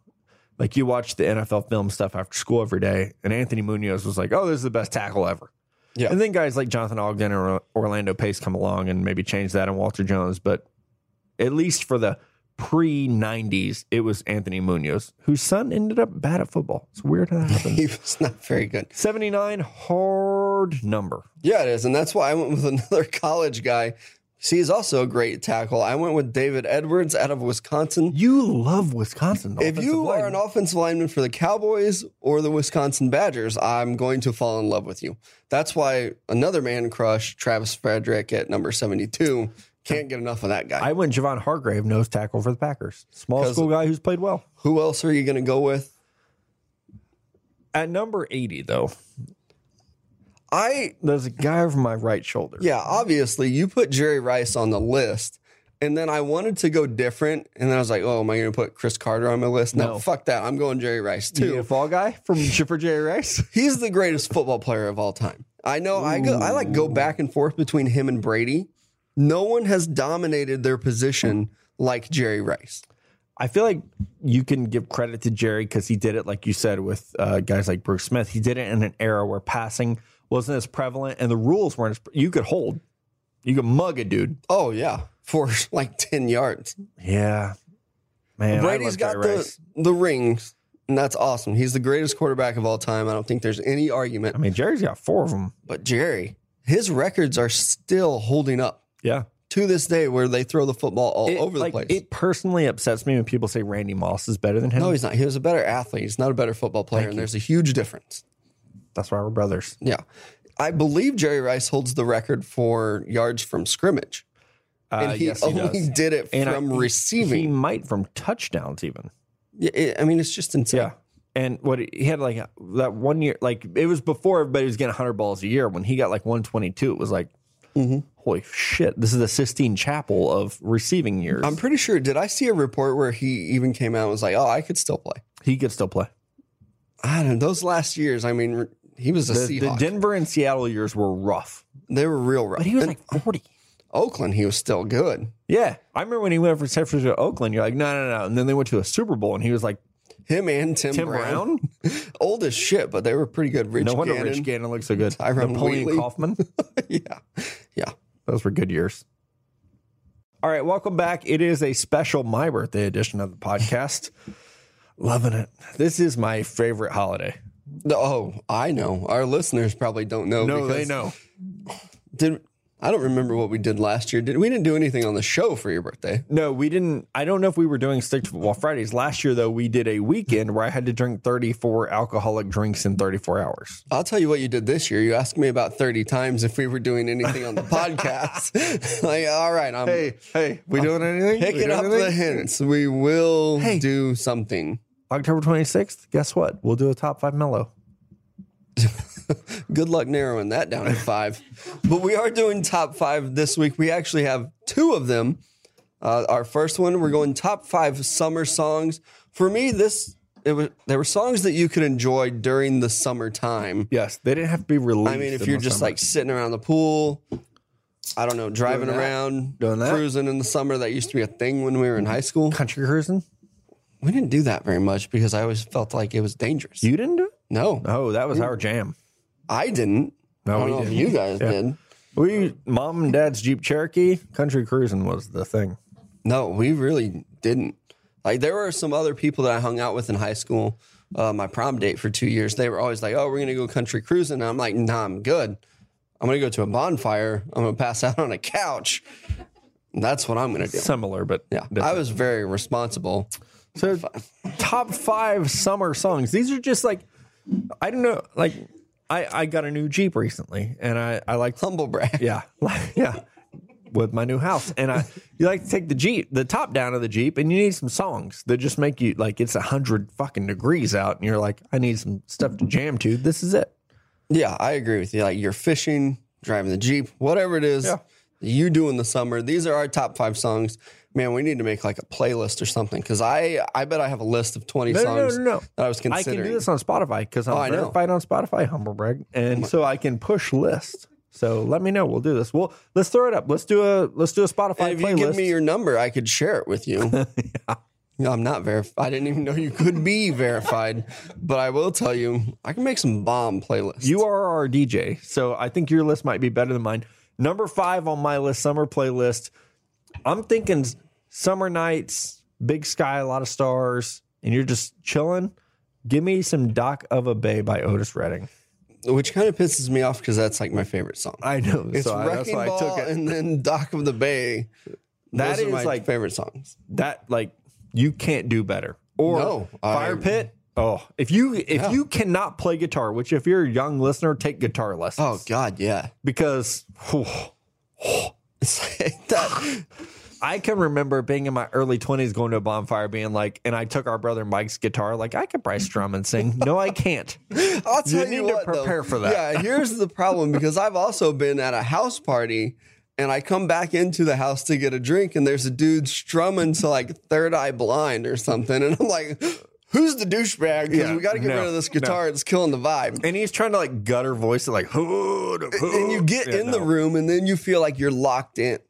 [SPEAKER 2] like you watch the NFL film stuff after school every day, and Anthony Munoz was like, oh, this is the best tackle ever.
[SPEAKER 1] Yeah.
[SPEAKER 2] And then guys like Jonathan Ogden or Orlando Pace come along and maybe change that and Walter Jones. But at least for the pre 90s, it was Anthony Munoz, whose son ended up bad at football. It's weird how that happened.
[SPEAKER 1] He was not very good.
[SPEAKER 2] 79 hard number
[SPEAKER 1] Yeah, it is. And that's why I went with another college guy, See, he's also a great tackle. I went with David Edwards out of Wisconsin.
[SPEAKER 2] You love Wisconsin. the
[SPEAKER 1] If you
[SPEAKER 2] offensive
[SPEAKER 1] are an
[SPEAKER 2] line.
[SPEAKER 1] offensive lineman for the Cowboys or the Wisconsin Badgers, I'm going to fall in love with you. That's why another man crush, Travis Frederick at number 72, can't get enough of that guy.
[SPEAKER 2] I went Javon Hargrave, nose tackle for the Packers. Small
[SPEAKER 1] 'Cause-
[SPEAKER 2] school guy who's played well.
[SPEAKER 1] Who else are you going to go with?
[SPEAKER 2] At number 80, though,
[SPEAKER 1] I
[SPEAKER 2] there's a guy over my right shoulder.
[SPEAKER 1] Yeah, obviously you put Jerry Rice on the list. And then I wanted to go different. And then I was like, oh, am I going to put Chris Carter on my list? No,
[SPEAKER 2] No.
[SPEAKER 1] fuck that. I'm going Jerry Rice
[SPEAKER 2] You
[SPEAKER 1] too.
[SPEAKER 2] get a fall guy from Chipper J. Rice.
[SPEAKER 1] He's the greatest football player of all time. I know I go, I like go back and forth between him and Brady. No one has dominated their position like Jerry Rice.
[SPEAKER 2] I feel like you can give credit to Jerry because he did it, like you said, with uh, guys like Bruce Smith. He did it in an era where passing wasn't as prevalent and the rules weren't as. You could hold, you could mug a dude.
[SPEAKER 1] Oh, yeah, for like 10 yards.
[SPEAKER 2] Yeah, man.
[SPEAKER 1] Brady's
[SPEAKER 2] I
[SPEAKER 1] got
[SPEAKER 2] love Jerry
[SPEAKER 1] the,
[SPEAKER 2] Rice.
[SPEAKER 1] the rings, and that's awesome. He's the greatest quarterback of all time. I don't think there's any argument.
[SPEAKER 2] I mean, Jerry's got four of them.
[SPEAKER 1] But Jerry, his records are still holding up
[SPEAKER 2] Yeah,
[SPEAKER 1] to this day where they throw the football all
[SPEAKER 2] It-
[SPEAKER 1] over the
[SPEAKER 2] like,
[SPEAKER 1] place.
[SPEAKER 2] It personally upsets me when people say Randy Moss is better than him.
[SPEAKER 1] no, he's not. He was a better athlete. He's not a better football player. and there's a huge difference.
[SPEAKER 2] That's why we're brothers.
[SPEAKER 1] Yeah. I believe Jerry Rice holds the record for yards from scrimmage.
[SPEAKER 2] Uh,
[SPEAKER 1] And he
[SPEAKER 2] yes, he
[SPEAKER 1] only
[SPEAKER 2] does.
[SPEAKER 1] did it
[SPEAKER 2] And I-
[SPEAKER 1] from
[SPEAKER 2] he- He
[SPEAKER 1] receiving.
[SPEAKER 2] might from touchdowns even.
[SPEAKER 1] Yeah, it- I mean, it's just insane.
[SPEAKER 2] Yeah. And what he had like that one year, like it was before everybody was getting 100 balls a year. When he got like 122, it was like,
[SPEAKER 1] Mm-hmm.
[SPEAKER 2] holy shit, this is the Sistine Chapel of receiving years.
[SPEAKER 1] I'm pretty sure. Did I see a report where he even came out and was like, oh, I could still play?
[SPEAKER 2] he could still play.
[SPEAKER 1] I don't know. Those last years, I mean, he was a
[SPEAKER 2] The, the
[SPEAKER 1] Seahawk.
[SPEAKER 2] Denver and Seattle years were rough,
[SPEAKER 1] they were real rough.
[SPEAKER 2] but he was
[SPEAKER 1] In
[SPEAKER 2] like 40.
[SPEAKER 1] Oakland, he was still good.
[SPEAKER 2] Yeah. I remember when he went from San Francisco to Oakland, you're like, no, no, no. And then they went to a Super Bowl and he was like,
[SPEAKER 1] Him and Tim,
[SPEAKER 2] Tim
[SPEAKER 1] Brown.
[SPEAKER 2] Brown?
[SPEAKER 1] old as shit, but they were pretty good. Rich
[SPEAKER 2] no wonder
[SPEAKER 1] Gannon.
[SPEAKER 2] Rich Gannon looks so good.
[SPEAKER 1] Tyrone
[SPEAKER 2] Napoleon
[SPEAKER 1] Wheatley.
[SPEAKER 2] Kaufman.
[SPEAKER 1] yeah, yeah.
[SPEAKER 2] Those were good years. All right, welcome back. It is a special my birthday edition of the podcast. Loving it. This is my favorite holiday.
[SPEAKER 1] No, oh, I know. Our listeners probably don't know. because-
[SPEAKER 2] know.
[SPEAKER 1] Did I don't remember what we did last year. Did we didn't do anything on the show for your birthday?
[SPEAKER 2] No, we didn't. I don't know if we were doing stick to football Fridays last year. Though we did a weekend where I had to drink thirty four alcoholic drinks in thirty four hours.
[SPEAKER 1] I'll tell you what you did this year. You asked me about thirty times if we were doing anything on the podcast. like, all right, I'm
[SPEAKER 2] hey, we doing anything?
[SPEAKER 1] picking up the hints. We will
[SPEAKER 2] Hey.
[SPEAKER 1] do something.
[SPEAKER 2] October twenty sixth. Guess what? We'll do a top five mellow.
[SPEAKER 1] Good luck narrowing that down to five. but we are doing top five this week. We actually have two of them. Uh, our first one, we're going top five summer songs. For me, this it was there were songs that you could enjoy during the summertime.
[SPEAKER 2] Yes, they didn't have to be released.
[SPEAKER 1] I mean, if
[SPEAKER 2] in
[SPEAKER 1] you're
[SPEAKER 2] the
[SPEAKER 1] just
[SPEAKER 2] summer.
[SPEAKER 1] like sitting around the pool, I don't know, driving
[SPEAKER 2] Doing that.
[SPEAKER 1] around,
[SPEAKER 2] Doing that.
[SPEAKER 1] cruising in the summer. That used to be a thing when we were in high school.
[SPEAKER 2] country cruising,
[SPEAKER 1] We didn't do that very much because I always felt like it was dangerous.
[SPEAKER 2] you didn't do it.
[SPEAKER 1] no,
[SPEAKER 2] Oh, that was our jam.
[SPEAKER 1] I didn't.
[SPEAKER 2] No,
[SPEAKER 1] I don't
[SPEAKER 2] we
[SPEAKER 1] know if
[SPEAKER 2] didn't.
[SPEAKER 1] you guys
[SPEAKER 2] Yeah.
[SPEAKER 1] did.
[SPEAKER 2] We mom and dad's Jeep Cherokee country cruising was the thing.
[SPEAKER 1] No, we really didn't. Like there were some other people that I hung out with in high school, uh, my prom date for two years. They were always like, "Oh, we're gonna go country cruising." And I'm like, "Nah, I'm good. I'm gonna go to a bonfire. I'm gonna pass out on a couch. That's what I'm gonna do."
[SPEAKER 2] Similar, but
[SPEAKER 1] Yeah, I
[SPEAKER 2] different.
[SPEAKER 1] was very responsible.
[SPEAKER 2] so top five summer songs. These are just like I don't know. Like I I got a new Jeep recently, and I I like
[SPEAKER 1] Humble brag.
[SPEAKER 2] yeah yeah with my new house, and I you like to take the Jeep the top down of the Jeep, and you need some songs that just make you like it's a hundred fucking degrees out, and you're like I need some stuff to jam to. This is it.
[SPEAKER 1] Yeah, I agree with you. Like you're fishing, driving the Jeep, whatever it is
[SPEAKER 2] Yeah.
[SPEAKER 1] you do in the summer. These are our top five songs. Man, we need to make like a playlist or something because I I bet I have a list of 20
[SPEAKER 2] No, no, no,
[SPEAKER 1] songs
[SPEAKER 2] no, no.
[SPEAKER 1] that I was
[SPEAKER 2] I can
[SPEAKER 1] considering. Oh,
[SPEAKER 2] do this on Spotify because I'm
[SPEAKER 1] I know.
[SPEAKER 2] verified on Spotify, humble brag, and so I can push lists. So let me know. We'll do this. Well, let's throw it up. Let's do a let's do a Spotify
[SPEAKER 1] if
[SPEAKER 2] playlist.
[SPEAKER 1] you give me your number, I could share it with you. No, I'm not verified. I didn't even know you could be verified, but I will tell you, I can make some bomb playlists.
[SPEAKER 2] you are our DJ, so I think your list might be better than mine. Number five on my list, summer playlist. I'm thinking s- summer nights, big sky, a lot of stars, and you're just chilling. Give me some Doc of a Bay by Otis Redding.
[SPEAKER 1] which kind of pisses me off because that's like my favorite song.
[SPEAKER 2] I know.
[SPEAKER 1] It's
[SPEAKER 2] so I, that's
[SPEAKER 1] Wrecking
[SPEAKER 2] why
[SPEAKER 1] Ball
[SPEAKER 2] I took it.
[SPEAKER 1] and then Dock of the Bay.
[SPEAKER 2] That
[SPEAKER 1] Those are
[SPEAKER 2] is,
[SPEAKER 1] my
[SPEAKER 2] like-
[SPEAKER 1] favorite songs.
[SPEAKER 2] that like you can't do better. Or
[SPEAKER 1] No, I-
[SPEAKER 2] fire pit. Oh, if you if
[SPEAKER 1] Yeah.
[SPEAKER 2] you cannot play guitar, which if you're a young listener, take guitar lessons
[SPEAKER 1] Oh God, yeah.
[SPEAKER 2] because whew,
[SPEAKER 1] It's like that.
[SPEAKER 2] I can remember being in my early twenties going to a bonfire, being like, and I took our brother Mike's guitar, like I could Bryce strum and sing. no, I can't.
[SPEAKER 1] I'll tell
[SPEAKER 2] You
[SPEAKER 1] you,
[SPEAKER 2] need to
[SPEAKER 1] what, though.
[SPEAKER 2] prepare for that.
[SPEAKER 1] Yeah, here's the problem because I've also been at a house party and I come back into the house to get a drink and there's a dude strumming to like Third Eye Blind or something, and I'm like, "Who's the douchebag?" Because
[SPEAKER 2] Yeah,
[SPEAKER 1] we got to get
[SPEAKER 2] no,
[SPEAKER 1] rid of this guitar. It's killing the vibe.
[SPEAKER 2] And he's trying to like gutter voice it, like,
[SPEAKER 1] and
[SPEAKER 2] and
[SPEAKER 1] you get in the room and then you feel like you're locked in.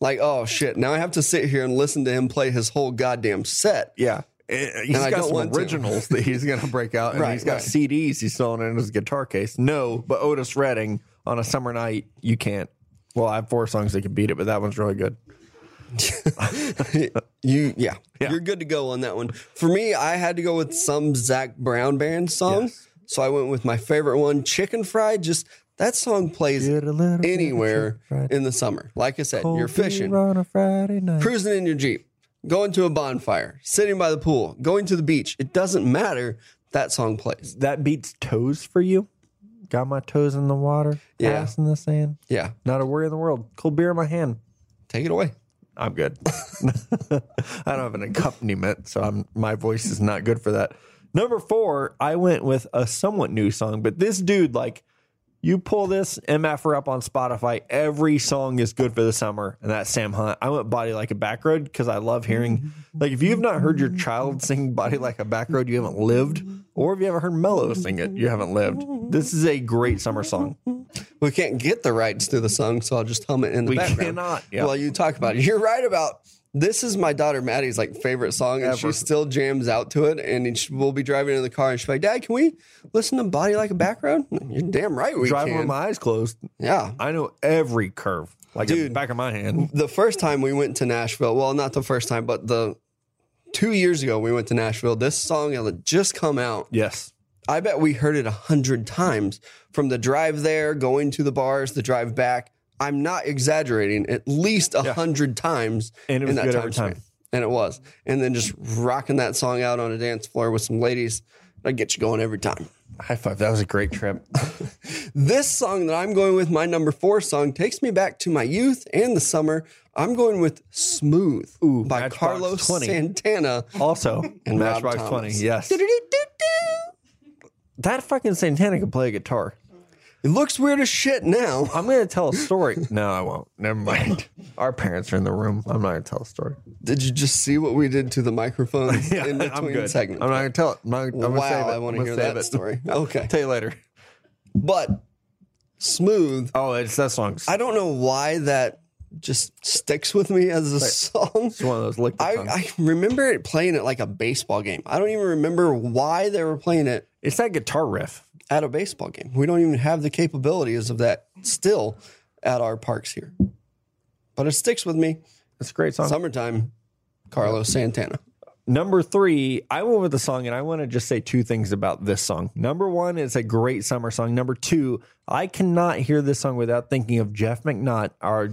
[SPEAKER 1] Like, oh shit, now I have to sit here and listen to him play his whole goddamn set.
[SPEAKER 2] Yeah. And He's
[SPEAKER 1] I
[SPEAKER 2] got
[SPEAKER 1] don't
[SPEAKER 2] some
[SPEAKER 1] want to.
[SPEAKER 2] originals that he's going to break out, and
[SPEAKER 1] Right,
[SPEAKER 2] he's got
[SPEAKER 1] right.
[SPEAKER 2] CDs he's selling in his guitar case. No, but Otis Redding on a summer night, you can't. Well, I have four songs that can beat it, but that one's really good.
[SPEAKER 1] You yeah,
[SPEAKER 2] Yeah.
[SPEAKER 1] You're good to go on that one. For me, I had to go with some Zach Brown band song.
[SPEAKER 2] Yes.
[SPEAKER 1] So I went with my favorite one, Chicken Fried. Just that song plays anywhere in the summer. Like I said, you're fishing.
[SPEAKER 2] on a Friday night.
[SPEAKER 1] cruising in your Jeep, going to a bonfire, sitting by the pool, going to the beach. It doesn't matter. That song plays.
[SPEAKER 2] That beats toes for you. Got my toes in the water,
[SPEAKER 1] Yeah.
[SPEAKER 2] ass in the sand.
[SPEAKER 1] Yeah.
[SPEAKER 2] Not a worry in the world. Cold beer in my hand.
[SPEAKER 1] Take it away.
[SPEAKER 2] I'm good. I don't have an accompaniment, so I'm my voice is not good for that. Number four, I went with a somewhat new song, but this dude, like, you pull this MFR up on Spotify, every song is good for the summer, and that's Sam Hunt. I went Body Like a Back Road because I love hearing, like, if you have not heard your child sing Body Like a Back Road, you haven't lived, or if you haven't heard Mello sing it, you haven't lived. This is a great summer song.
[SPEAKER 1] We can't get the rights to the song, so I'll just hum it in the
[SPEAKER 2] We
[SPEAKER 1] background.
[SPEAKER 2] cannot, yeah.
[SPEAKER 1] While you talk about it, you're right about this is my daughter Maddie's like favorite song, and she still jams out to it. And she, we'll be driving in the car, and she's like, "Dad, can we listen to Body Like a Back Road?" You're damn right we
[SPEAKER 2] Driving
[SPEAKER 1] can.
[SPEAKER 2] with my eyes closed,
[SPEAKER 1] yeah.
[SPEAKER 2] I know every curve, like,
[SPEAKER 1] Dude.
[SPEAKER 2] the back of my hand.
[SPEAKER 1] The first time we went to Nashville, well, not the first time, but the two years ago we went to Nashville. This song had just come out.
[SPEAKER 2] Yes.
[SPEAKER 1] I bet we heard it a hundred times from the drive there, going to the bars, the drive back. I'm not exaggerating, at least a hundred times.
[SPEAKER 2] And it was
[SPEAKER 1] in that
[SPEAKER 2] good every time.
[SPEAKER 1] span. And it was. And then just rocking that song out on a dance floor with some ladies, that'd get you going every time.
[SPEAKER 2] High five. That was a great trip.
[SPEAKER 1] This song that I'm going with, my number four song, takes me back to my youth and the summer. I'm going with Smooth by
[SPEAKER 2] Matchbox
[SPEAKER 1] Carlos
[SPEAKER 2] 20.
[SPEAKER 1] Santana.
[SPEAKER 2] Also,
[SPEAKER 1] And Rob
[SPEAKER 2] Matchbox
[SPEAKER 1] Thomas.
[SPEAKER 2] 20. Yes. That fucking Santana can play a guitar.
[SPEAKER 1] It looks weird as shit now.
[SPEAKER 2] I'm going to tell a story. no, I won't. Never mind. Our parents are in the room. I'm not going to tell a story.
[SPEAKER 1] Did you just see what we did to the microphones in between
[SPEAKER 2] I'm good.
[SPEAKER 1] segments?
[SPEAKER 2] I'm not going to tell it. I'm, not, I'm gonna
[SPEAKER 1] wow,
[SPEAKER 2] save it.
[SPEAKER 1] I want to
[SPEAKER 2] I'm
[SPEAKER 1] hear
[SPEAKER 2] gonna save
[SPEAKER 1] that
[SPEAKER 2] it.
[SPEAKER 1] story. Okay,
[SPEAKER 2] Tell you later.
[SPEAKER 1] but smooth.
[SPEAKER 2] Oh, it's that song. It's
[SPEAKER 1] I don't know why that just sticks with me as a song.
[SPEAKER 2] one of those lick the
[SPEAKER 1] I,
[SPEAKER 2] tongue.
[SPEAKER 1] I remember it playing at like a baseball game. I don't even remember why they were playing it
[SPEAKER 2] It's that guitar riff.
[SPEAKER 1] at a baseball game. We don't even have the capabilities of that still at our parks here. But it sticks with me.
[SPEAKER 2] It's a great song.
[SPEAKER 1] Summertime, Carlos Santana.
[SPEAKER 2] Number three, I went with the song, and I want to just say two things about this song. Number one, it's a great summer song. Number two, I cannot hear this song without thinking of Jeff McNaught, our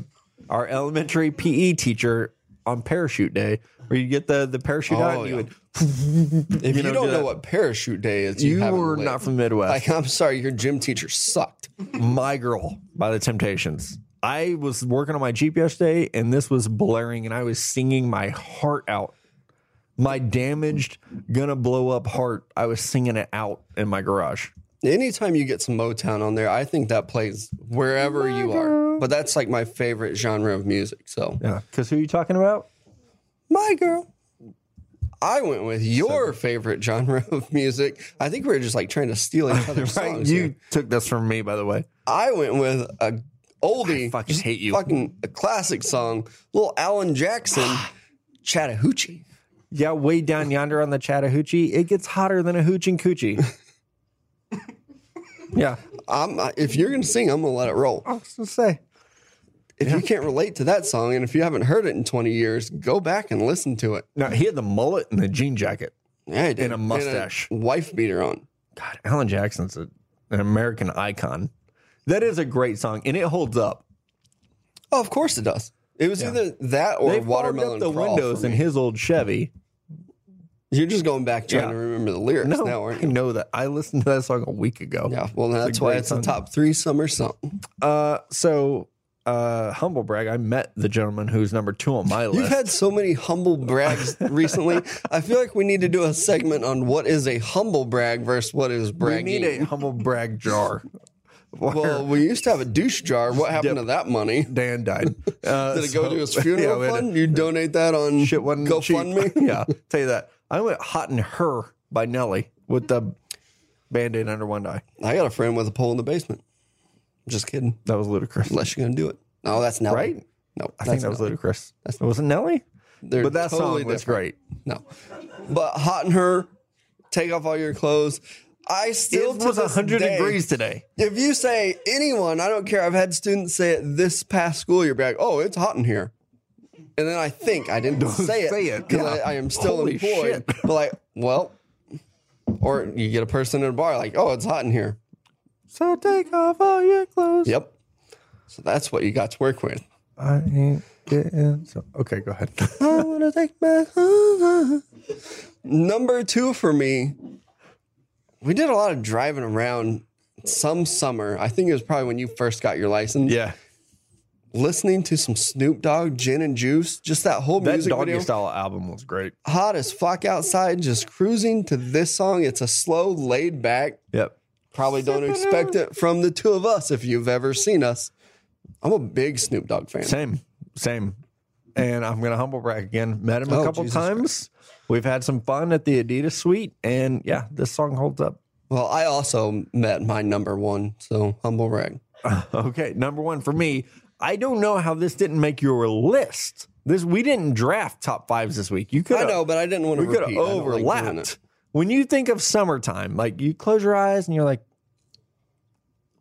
[SPEAKER 2] our elementary PE teacher on parachute day, where you get the the parachute out.
[SPEAKER 1] Oh,
[SPEAKER 2] And you
[SPEAKER 1] yeah.
[SPEAKER 2] would,
[SPEAKER 1] If you,
[SPEAKER 2] know,
[SPEAKER 1] don't know
[SPEAKER 2] do that.
[SPEAKER 1] what parachute day is, you,
[SPEAKER 2] you
[SPEAKER 1] haven't
[SPEAKER 2] were
[SPEAKER 1] lived.
[SPEAKER 2] not from the Midwest.
[SPEAKER 1] Like, I'm sorry, your gym teacher sucked.
[SPEAKER 2] My Girl by the Temptations. I was working on my Jeep yesterday, and this was blaring, and I was singing my heart out. My damaged, gonna blow up heart. I was singing it out in my garage.
[SPEAKER 1] Anytime you get some Motown on there, I think that plays wherever you are. But that's like my favorite genre of music. So,
[SPEAKER 2] Yeah. Because who are you talking about?
[SPEAKER 1] my girl. I went with your favorite genre of music. I think we were just like trying to steal each other's songs.
[SPEAKER 2] You
[SPEAKER 1] here.
[SPEAKER 2] took this from me, by the way.
[SPEAKER 1] I went with a oldie,
[SPEAKER 2] I fucking
[SPEAKER 1] just
[SPEAKER 2] hate you.
[SPEAKER 1] fucking a classic song, little Alan Jackson,
[SPEAKER 2] Ah.
[SPEAKER 1] Chattahoochee.
[SPEAKER 2] Yeah, way down yonder on the Chattahoochee, it gets hotter than a hoochie coochie. yeah.
[SPEAKER 1] I'm, uh, if you're gonna sing, I'm gonna let it roll.
[SPEAKER 2] I was gonna say.
[SPEAKER 1] If you can't relate to that song, and if you haven't heard it in 20 years, go back and listen to it.
[SPEAKER 2] Now he had the mullet and the jean jacket.
[SPEAKER 1] Yeah, he did.
[SPEAKER 2] And a mustache.
[SPEAKER 1] wife beater on.
[SPEAKER 2] God, Alan Jackson's a an American icon. That is a great song, and it holds up.
[SPEAKER 1] Oh, of course it does. It was
[SPEAKER 2] Yeah.
[SPEAKER 1] either that or
[SPEAKER 2] they fogged
[SPEAKER 1] watermelon.
[SPEAKER 2] up the
[SPEAKER 1] Crawl for
[SPEAKER 2] windows in
[SPEAKER 1] me.
[SPEAKER 2] his old Chevy.
[SPEAKER 1] You're just going back trying
[SPEAKER 2] Yeah.
[SPEAKER 1] to remember the lyrics
[SPEAKER 2] No,
[SPEAKER 1] now,
[SPEAKER 2] I
[SPEAKER 1] aren't you?
[SPEAKER 2] know that. I listened to that song a week ago.
[SPEAKER 1] Yeah, well, that's
[SPEAKER 2] great
[SPEAKER 1] why it's a
[SPEAKER 2] song.
[SPEAKER 1] top three summer song.
[SPEAKER 2] Uh, so, uh, humble brag. I met the gentleman who's number two on my
[SPEAKER 1] You've
[SPEAKER 2] list.
[SPEAKER 1] had so many humble brags recently. I feel like we need to do a segment on what is a humble brag versus what is
[SPEAKER 2] we
[SPEAKER 1] bragging.
[SPEAKER 2] need a humble brag jar.
[SPEAKER 1] well, we used to have a douche jar. What happened to that money?
[SPEAKER 2] Dan died. Uh,
[SPEAKER 1] Did it go
[SPEAKER 2] so-
[SPEAKER 1] to his
[SPEAKER 2] yeah,
[SPEAKER 1] funeral
[SPEAKER 2] we had to-
[SPEAKER 1] fund? You donate that on
[SPEAKER 2] Shit wasn't cheap.
[SPEAKER 1] GoFundMe?
[SPEAKER 2] yeah, tell you that. I went hot in her by Nelly with the band-aid under one eye.
[SPEAKER 1] I got a friend with a pole in the basement. Just kidding.
[SPEAKER 2] That was ludicrous,
[SPEAKER 1] Unless you're gonna do it. No, that's not
[SPEAKER 2] right?
[SPEAKER 1] No,
[SPEAKER 2] I think that was ludicrous. It wasn't Nelly,
[SPEAKER 1] They're
[SPEAKER 2] but that
[SPEAKER 1] totally
[SPEAKER 2] song was
[SPEAKER 1] different.
[SPEAKER 2] great.
[SPEAKER 1] No, but hot and her, take off all your clothes. I still
[SPEAKER 2] It
[SPEAKER 1] to
[SPEAKER 2] was
[SPEAKER 1] this
[SPEAKER 2] 100
[SPEAKER 1] day-
[SPEAKER 2] degrees today.
[SPEAKER 1] If you say anyone, I don't care. I've had students say it this past school year, be like, "Oh, it's hot in here," and then I think I didn't say it
[SPEAKER 2] say it,
[SPEAKER 1] because
[SPEAKER 2] yeah.
[SPEAKER 1] I, I am still
[SPEAKER 2] Holy
[SPEAKER 1] employed.
[SPEAKER 2] shit.
[SPEAKER 1] But like, well, or you get a person in a bar like, "Oh, it's hot in here."
[SPEAKER 2] So take off all your clothes.
[SPEAKER 1] Yep. So that's what you got to work with.
[SPEAKER 2] I ain't getting so. Okay, go ahead.
[SPEAKER 1] I wanna take my number two for me. We did a lot of driving around some summer. I think it was probably when you first got your license.
[SPEAKER 2] yeah,
[SPEAKER 1] Listening to some Snoop Dogg, Gin and Juice, just that whole
[SPEAKER 2] that
[SPEAKER 1] music
[SPEAKER 2] doggy
[SPEAKER 1] video.
[SPEAKER 2] style album was great.
[SPEAKER 1] Hot as fuck outside, just cruising to this song. It's a slow, laid back.
[SPEAKER 2] Yep.
[SPEAKER 1] Probably don't expect it from the two of us if you've ever seen us. I'm a big Snoop Dogg fan.
[SPEAKER 2] Same, same. And I'm gonna humble brag again. Met him a
[SPEAKER 1] Oh,
[SPEAKER 2] couple
[SPEAKER 1] Jesus
[SPEAKER 2] times. We've had some fun at the Adidas suite, and yeah, this song holds up.
[SPEAKER 1] Well, I also met my number one, so humble brag.
[SPEAKER 2] Okay, number one for me. I don't know how this didn't make your list. This we didn't draft top fives this week. You could
[SPEAKER 1] I know, but I didn't want to
[SPEAKER 2] we could have
[SPEAKER 1] repeat. I don't like doing
[SPEAKER 2] overlapped.
[SPEAKER 1] it.
[SPEAKER 2] when you think of summertime, like you close your eyes and you're like,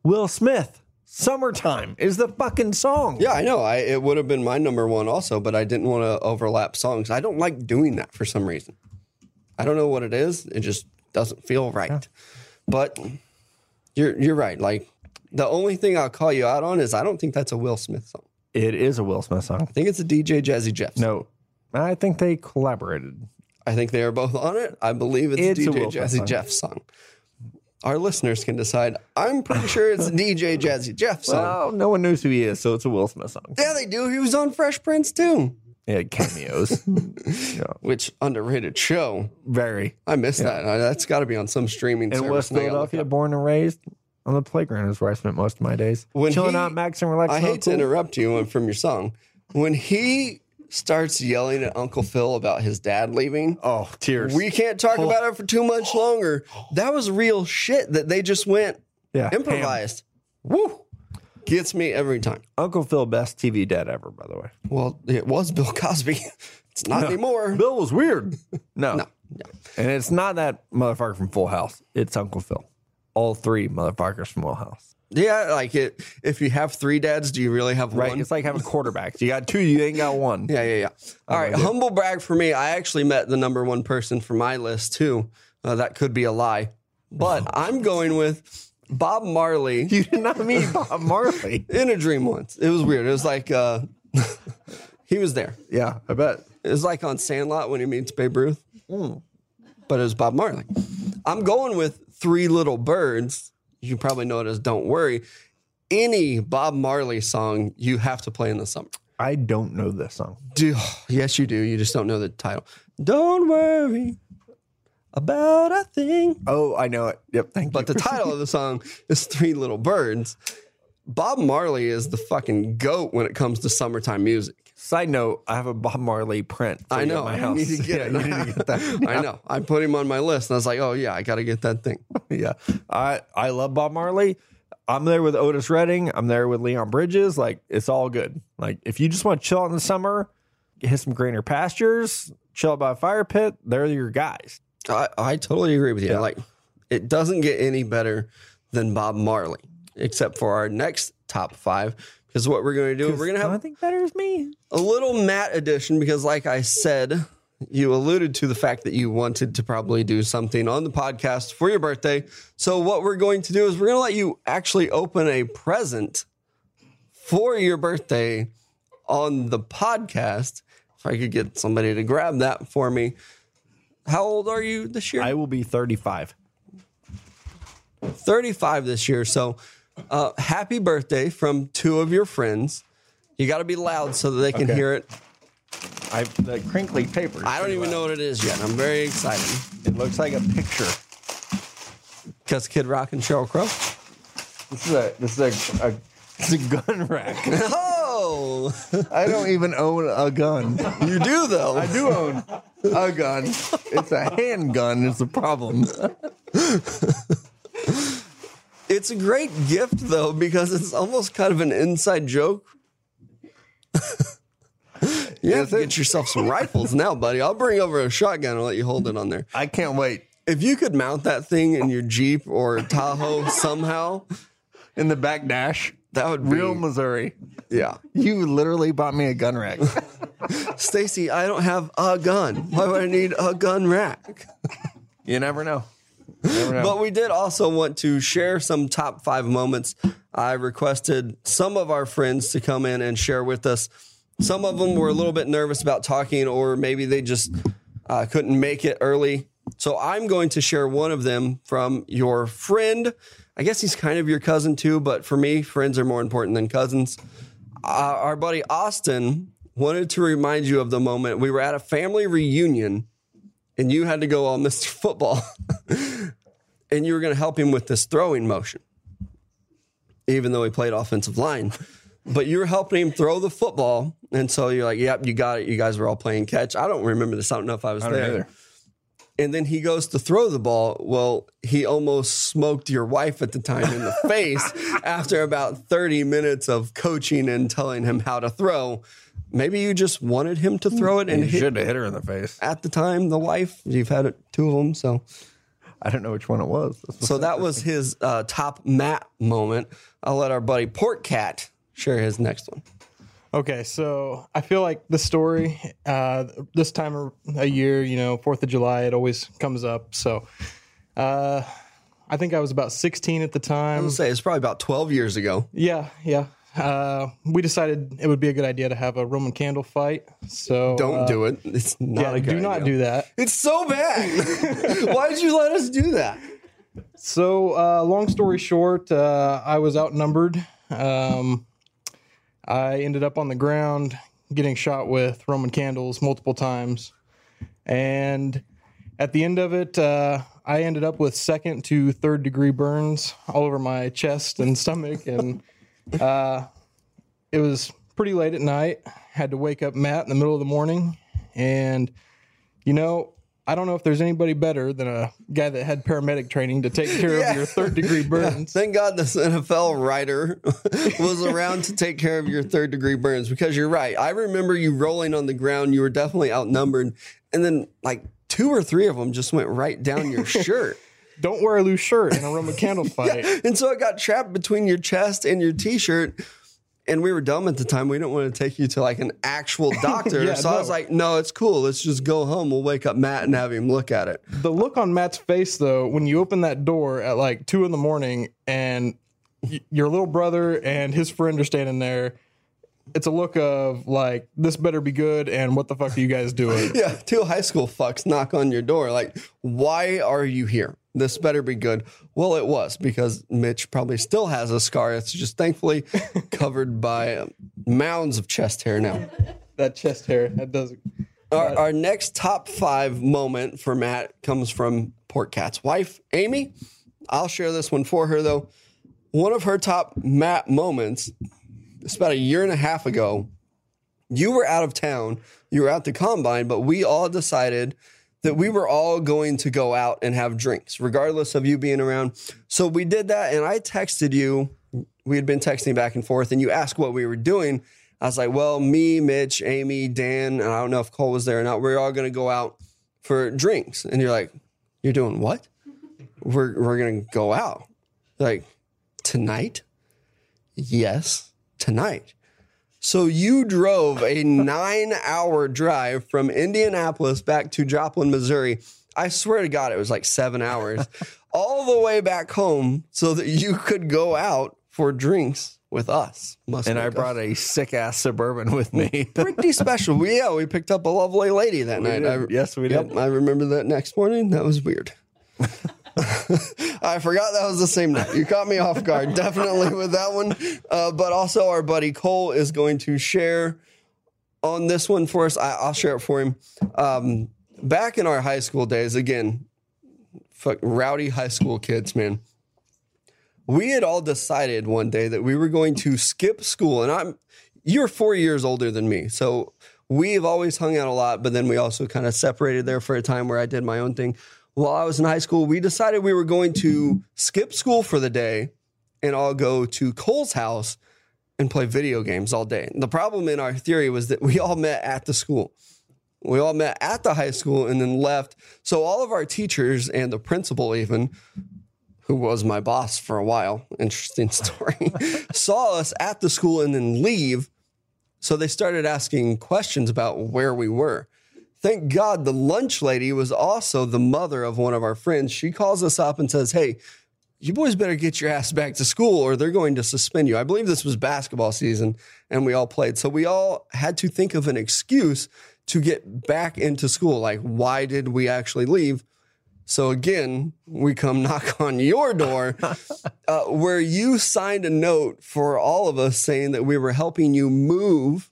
[SPEAKER 2] Will Smith, "Summertime" is the fucking song.
[SPEAKER 1] yeah, I know. I it would have been my number one also, but I didn't want to overlap songs. I don't like doing that for some reason. I don't know what it is. It just doesn't feel right. But you're you're right. Like the only thing I'll call you out on is I don't think that's a Will Smith song.
[SPEAKER 2] It is a Will Smith song.
[SPEAKER 1] I think it's a DJ Jazzy Jeff.
[SPEAKER 2] No, I think they collaborated.
[SPEAKER 1] I think they are both on it. I believe it's,
[SPEAKER 2] It's a
[SPEAKER 1] a DJ
[SPEAKER 2] Will Smith
[SPEAKER 1] Jazzy
[SPEAKER 2] song.
[SPEAKER 1] Jeff song. Our listeners can decide. I'm pretty sure it's a DJ Jazzy Jeff song.
[SPEAKER 2] Well, no one knows who he is, so it's a Will Smith song.
[SPEAKER 1] yeah, they do. He was on Fresh Prince too.
[SPEAKER 2] Yeah, cameos. yeah,
[SPEAKER 1] which underrated show.
[SPEAKER 2] very.
[SPEAKER 1] I miss that. I, that's got to be on some streaming.
[SPEAKER 2] In
[SPEAKER 1] service
[SPEAKER 2] West
[SPEAKER 1] now. I'll look
[SPEAKER 2] Philadelphia,
[SPEAKER 1] up.
[SPEAKER 2] born and raised on the playground is where I spent most of my days.
[SPEAKER 1] When
[SPEAKER 2] Chilling
[SPEAKER 1] he-
[SPEAKER 2] out, maxing, relaxing.
[SPEAKER 1] I
[SPEAKER 2] all
[SPEAKER 1] hate to
[SPEAKER 2] cool.
[SPEAKER 1] interrupt you from your song. When he starts yelling at Uncle Phil about his dad leaving,
[SPEAKER 2] Oh, tears.
[SPEAKER 1] we can't talk about it for too much longer. That was real shit that they just went
[SPEAKER 2] yeah, ham.
[SPEAKER 1] improvised. Woo! Gets me every time.
[SPEAKER 2] Uncle Phil, best TV dad ever, by the way.
[SPEAKER 1] Well, it was Bill Cosby. It's not anymore.
[SPEAKER 2] Bill was weird. No.
[SPEAKER 1] No, no.
[SPEAKER 2] And it's not that motherfucker from Full House. It's Uncle Phil. All three motherfuckers from Full House.
[SPEAKER 1] Yeah, like it. If you have three dads, do you really have
[SPEAKER 2] Right?
[SPEAKER 1] one?
[SPEAKER 2] It's like having quarterbacks. You got two, you ain't got one.
[SPEAKER 1] Yeah, yeah, yeah. All right, humble brag for me. I actually met the number one person for my list too. Uh, that could be a lie, but I'm going with Bob Marley
[SPEAKER 2] You did not mean Bob Marley.
[SPEAKER 1] in a dream once. It was weird. It was like uh, he was there.
[SPEAKER 2] Yeah, I bet.
[SPEAKER 1] It was like on Sandlot when he meets Babe Ruth, but it was Bob Marley. I'm going with Three Little Birds. You probably know it as Don't Worry. Any Bob Marley song you have to play in the summer.
[SPEAKER 2] I don't know this song.
[SPEAKER 1] Do yes, you do. You just don't know the title. Don't worry about a thing.
[SPEAKER 2] Oh, I know it. Yep. Thank
[SPEAKER 1] But the title of the song is Three Little Birds. Bob Marley is the fucking goat when it comes to summertime music.
[SPEAKER 2] Side note, I have a Bob Marley print. for
[SPEAKER 1] I
[SPEAKER 2] you at
[SPEAKER 1] know.
[SPEAKER 2] my
[SPEAKER 1] I
[SPEAKER 2] house.
[SPEAKER 1] need to get
[SPEAKER 2] yeah,
[SPEAKER 1] it.
[SPEAKER 2] you need to get that.
[SPEAKER 1] I know. I put him on my list, and I was like, "Oh yeah, I got to get that thing."
[SPEAKER 2] yeah. I I love Bob Marley. I'm there with Otis Redding. I'm there with Leon Bridges. Like it's all good. Like if you just want to chill out in the summer, hit some greener pastures, chill by a fire pit. They're your guys.
[SPEAKER 1] I, I totally agree with you. Like, it doesn't get any better than Bob Marley, except for our next top five. Because what we're going to do, we're going to have
[SPEAKER 2] Nothing better is me.
[SPEAKER 1] a little Matt edition because, like I said you alluded to the fact that you wanted to probably do something on the podcast for your birthday. So, what we're going to do is we're going to let you actually open a present for your birthday on the podcast. If I could get somebody to grab that for me. How old are you this year?
[SPEAKER 2] I will be 35.
[SPEAKER 1] 35 this year. So, uh, happy birthday from two of your friends. You got to be loud so that they can
[SPEAKER 2] Okay.
[SPEAKER 1] hear it.
[SPEAKER 2] I the crinkly paper. is
[SPEAKER 1] I don't
[SPEAKER 2] pretty
[SPEAKER 1] even
[SPEAKER 2] loud.
[SPEAKER 1] know what it is yet. I'm very excited.
[SPEAKER 2] It looks like a picture.
[SPEAKER 1] Because Kid Rock and Cheryl Crow.
[SPEAKER 2] This is a this is a, a it's a gun rack.
[SPEAKER 1] Oh,
[SPEAKER 2] I don't even own a gun.
[SPEAKER 1] you do though.
[SPEAKER 2] I do own a gun. It's a handgun. It's a problem.
[SPEAKER 1] It's a great gift though because it's almost kind of an inside joke. you have to get yourself some rifles now, buddy. I'll bring over a shotgun and let you hold it on there.
[SPEAKER 2] I can't wait.
[SPEAKER 1] If you could mount that thing in your Jeep or Tahoe somehow,
[SPEAKER 2] In the back dash,
[SPEAKER 1] that would be
[SPEAKER 2] real Missouri.
[SPEAKER 1] yeah.
[SPEAKER 2] You literally bought me a gun rack.
[SPEAKER 1] Stacy, I don't have a gun. Why would I need a gun rack?
[SPEAKER 2] You never know. You never know.
[SPEAKER 1] But we did also want to share some top five moments. I requested some of our friends to come in and share with us. Some of them were a little bit nervous about talking, or maybe they just uh, couldn't make it early. So I'm going to share one of them from your friend. I guess he's kind of your cousin too, but for me, friends are more important than cousins. Uh, our buddy Austin wanted to remind you of the moment we were at a family reunion and you had to go all Mr. Football and you were going to help him with this throwing motion, even though he played offensive line. But you were helping him throw the football. And so you're like, yep, you got it. You guys were all playing catch. I don't remember this. I don't know if I was
[SPEAKER 2] I don't
[SPEAKER 1] there.
[SPEAKER 2] either.
[SPEAKER 1] And then he goes to throw the ball. Well, he almost smoked your wife at the time in the face after about 30 minutes of coaching and telling him how to throw. Maybe you just wanted him to throw it and
[SPEAKER 2] You
[SPEAKER 1] hit
[SPEAKER 2] should have hit her in the face.
[SPEAKER 1] at the time the wife. You've had it, two of them, so
[SPEAKER 2] I don't know which one it was. That's
[SPEAKER 1] so that was his uh, top Matt moment. I'll let our buddy Port Cat share his next one.
[SPEAKER 3] Okay, so I feel like the story uh, this time of a year, you know, Fourth of July, it always comes up. So, uh, I think I was about 16 at the time.
[SPEAKER 1] I'll say it's probably about 12 years ago.
[SPEAKER 3] Yeah, yeah. Uh, we decided it would be a good idea to have a Roman candle fight. So
[SPEAKER 1] Don't
[SPEAKER 3] uh,
[SPEAKER 1] do it. It's not
[SPEAKER 3] yeah,
[SPEAKER 1] a good
[SPEAKER 3] do not
[SPEAKER 1] idea.
[SPEAKER 3] do that.
[SPEAKER 1] It's so bad. Why did you let us do that?
[SPEAKER 3] So, uh, long story short, uh, I was outnumbered. Um, I ended up on the ground getting shot with Roman candles multiple times. And at the end of it, uh, I ended up with second to third degree burns all over my chest and stomach. And uh, it was pretty late at night. Had to wake up Matt in the middle of the morning. And, you know, I don't know if there's anybody better than a guy that had paramedic training to take care
[SPEAKER 1] Yeah.
[SPEAKER 3] of your third degree burns.
[SPEAKER 1] Thank God this NFL writer was around to take care of your third degree burns because you're right. I remember you rolling on the ground. You were definitely outnumbered. And then, like, two or three of them just went right down your shirt.
[SPEAKER 3] don't wear a loose shirt in a Roman candle fight.
[SPEAKER 1] and so it got trapped between your chest and your t-shirt and we were dumb at the time we didn't want to take you to like an actual doctor
[SPEAKER 3] Yeah,
[SPEAKER 1] so i was
[SPEAKER 3] no.
[SPEAKER 1] like no it's cool let's just go home we'll wake up matt and have him look at it
[SPEAKER 3] The look on Matt's face, though, when you open that door at like two in the morning and y- your little brother and his friend are standing there, it's a look of like, this better be good and what the fuck are you guys doing?
[SPEAKER 1] yeah two high school fucks knock on your door like why are you here this better be good well it was because mitch probably still has a scar it's just thankfully covered by um, mounds of chest hair now
[SPEAKER 3] that chest hair, that does
[SPEAKER 1] Our, our next top five moment for Matt comes from Port Cat's wife, Amy. I'll share this one for her though. One of her top Matt moments, it's about a year and a half ago. You were out of town, you were at the combine, but we all decided that we were all going to go out and have drinks, regardless of you being around. So we did that, and I texted you. We had been texting back and forth, and you asked what we were doing. I was like, well, me, Mitch, Amy, Dan, and I don't know if Cole was there or not. We're all going to go out for drinks. And you're like, you're doing what? We're, we're going to go out. Like, tonight? Yes, tonight. So you drove a nine hour drive from Indianapolis back to Joplin, Missouri. I swear to God, it was like seven hours all the way back home so that you could go out for drinks with us. Must
[SPEAKER 2] and
[SPEAKER 1] make
[SPEAKER 2] I
[SPEAKER 1] us
[SPEAKER 2] brought a sick ass suburban with me.
[SPEAKER 1] pretty special. We, yeah, we picked up a lovely lady that
[SPEAKER 2] We
[SPEAKER 1] night.
[SPEAKER 2] did.
[SPEAKER 1] I,
[SPEAKER 2] yes, we did.
[SPEAKER 1] Yep, I remember that next morning. That was weird. I forgot that was the same night. You caught me off guard, definitely with that one. Uh, but also, our buddy Cole is going to share on this one for us. I, I'll share it for him. Um, back in our high school days, again, fuck rowdy high school kids, man. We had all decided one day that we were going to skip school, and I'm you're four years older than me, so we've always hung out a lot. But then we also kind of separated there for a time where I did my own thing. While I was in high school, we decided we were going to skip school for the day and all go to Cole's house and play video games all day. The problem in our theory was that we all met at the school. We all met at the high school and then left. So all of our teachers and the principal even who was my boss for a while, interesting story, saw us at the school and then leave. So they started asking questions about where we were. Thank God the lunch lady was also the mother of one of our friends. She calls us up and says, Hey, you boys better get your ass back to school or they're going to suspend you. I believe this was basketball season and we all played. So we all had to think of an excuse to get back into school. Like, why did we actually leave? So again, we come knock on your door uh, where you signed a note for all of us saying that we were helping you move,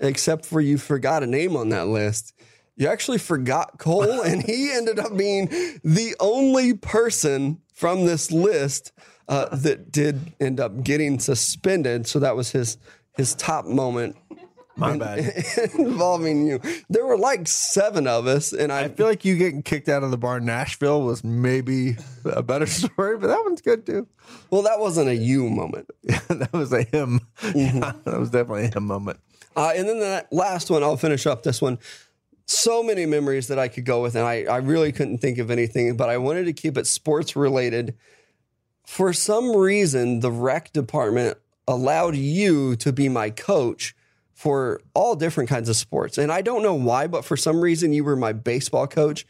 [SPEAKER 1] except for you forgot a name on that list. You actually forgot Cole, and he ended up being the only person from this list uh, that did end up getting suspended. So that was his his top moment
[SPEAKER 2] My bad.
[SPEAKER 1] involving you. There were like seven of us, and
[SPEAKER 2] I feel like you getting kicked out of the bar in Nashville was maybe a better story, but that one's good too.
[SPEAKER 1] Well, that wasn't a you moment.
[SPEAKER 2] that was a him. that was definitely a him moment.
[SPEAKER 1] Uh, and then the last one, I'll finish up this one. So many memories that I could go with, and I, I really couldn't think of anything, but I wanted to keep it sports related. For some reason, the rec department allowed you to be my coach for all different kinds of sports. And I don't know why, but for some reason, you were my baseball coach.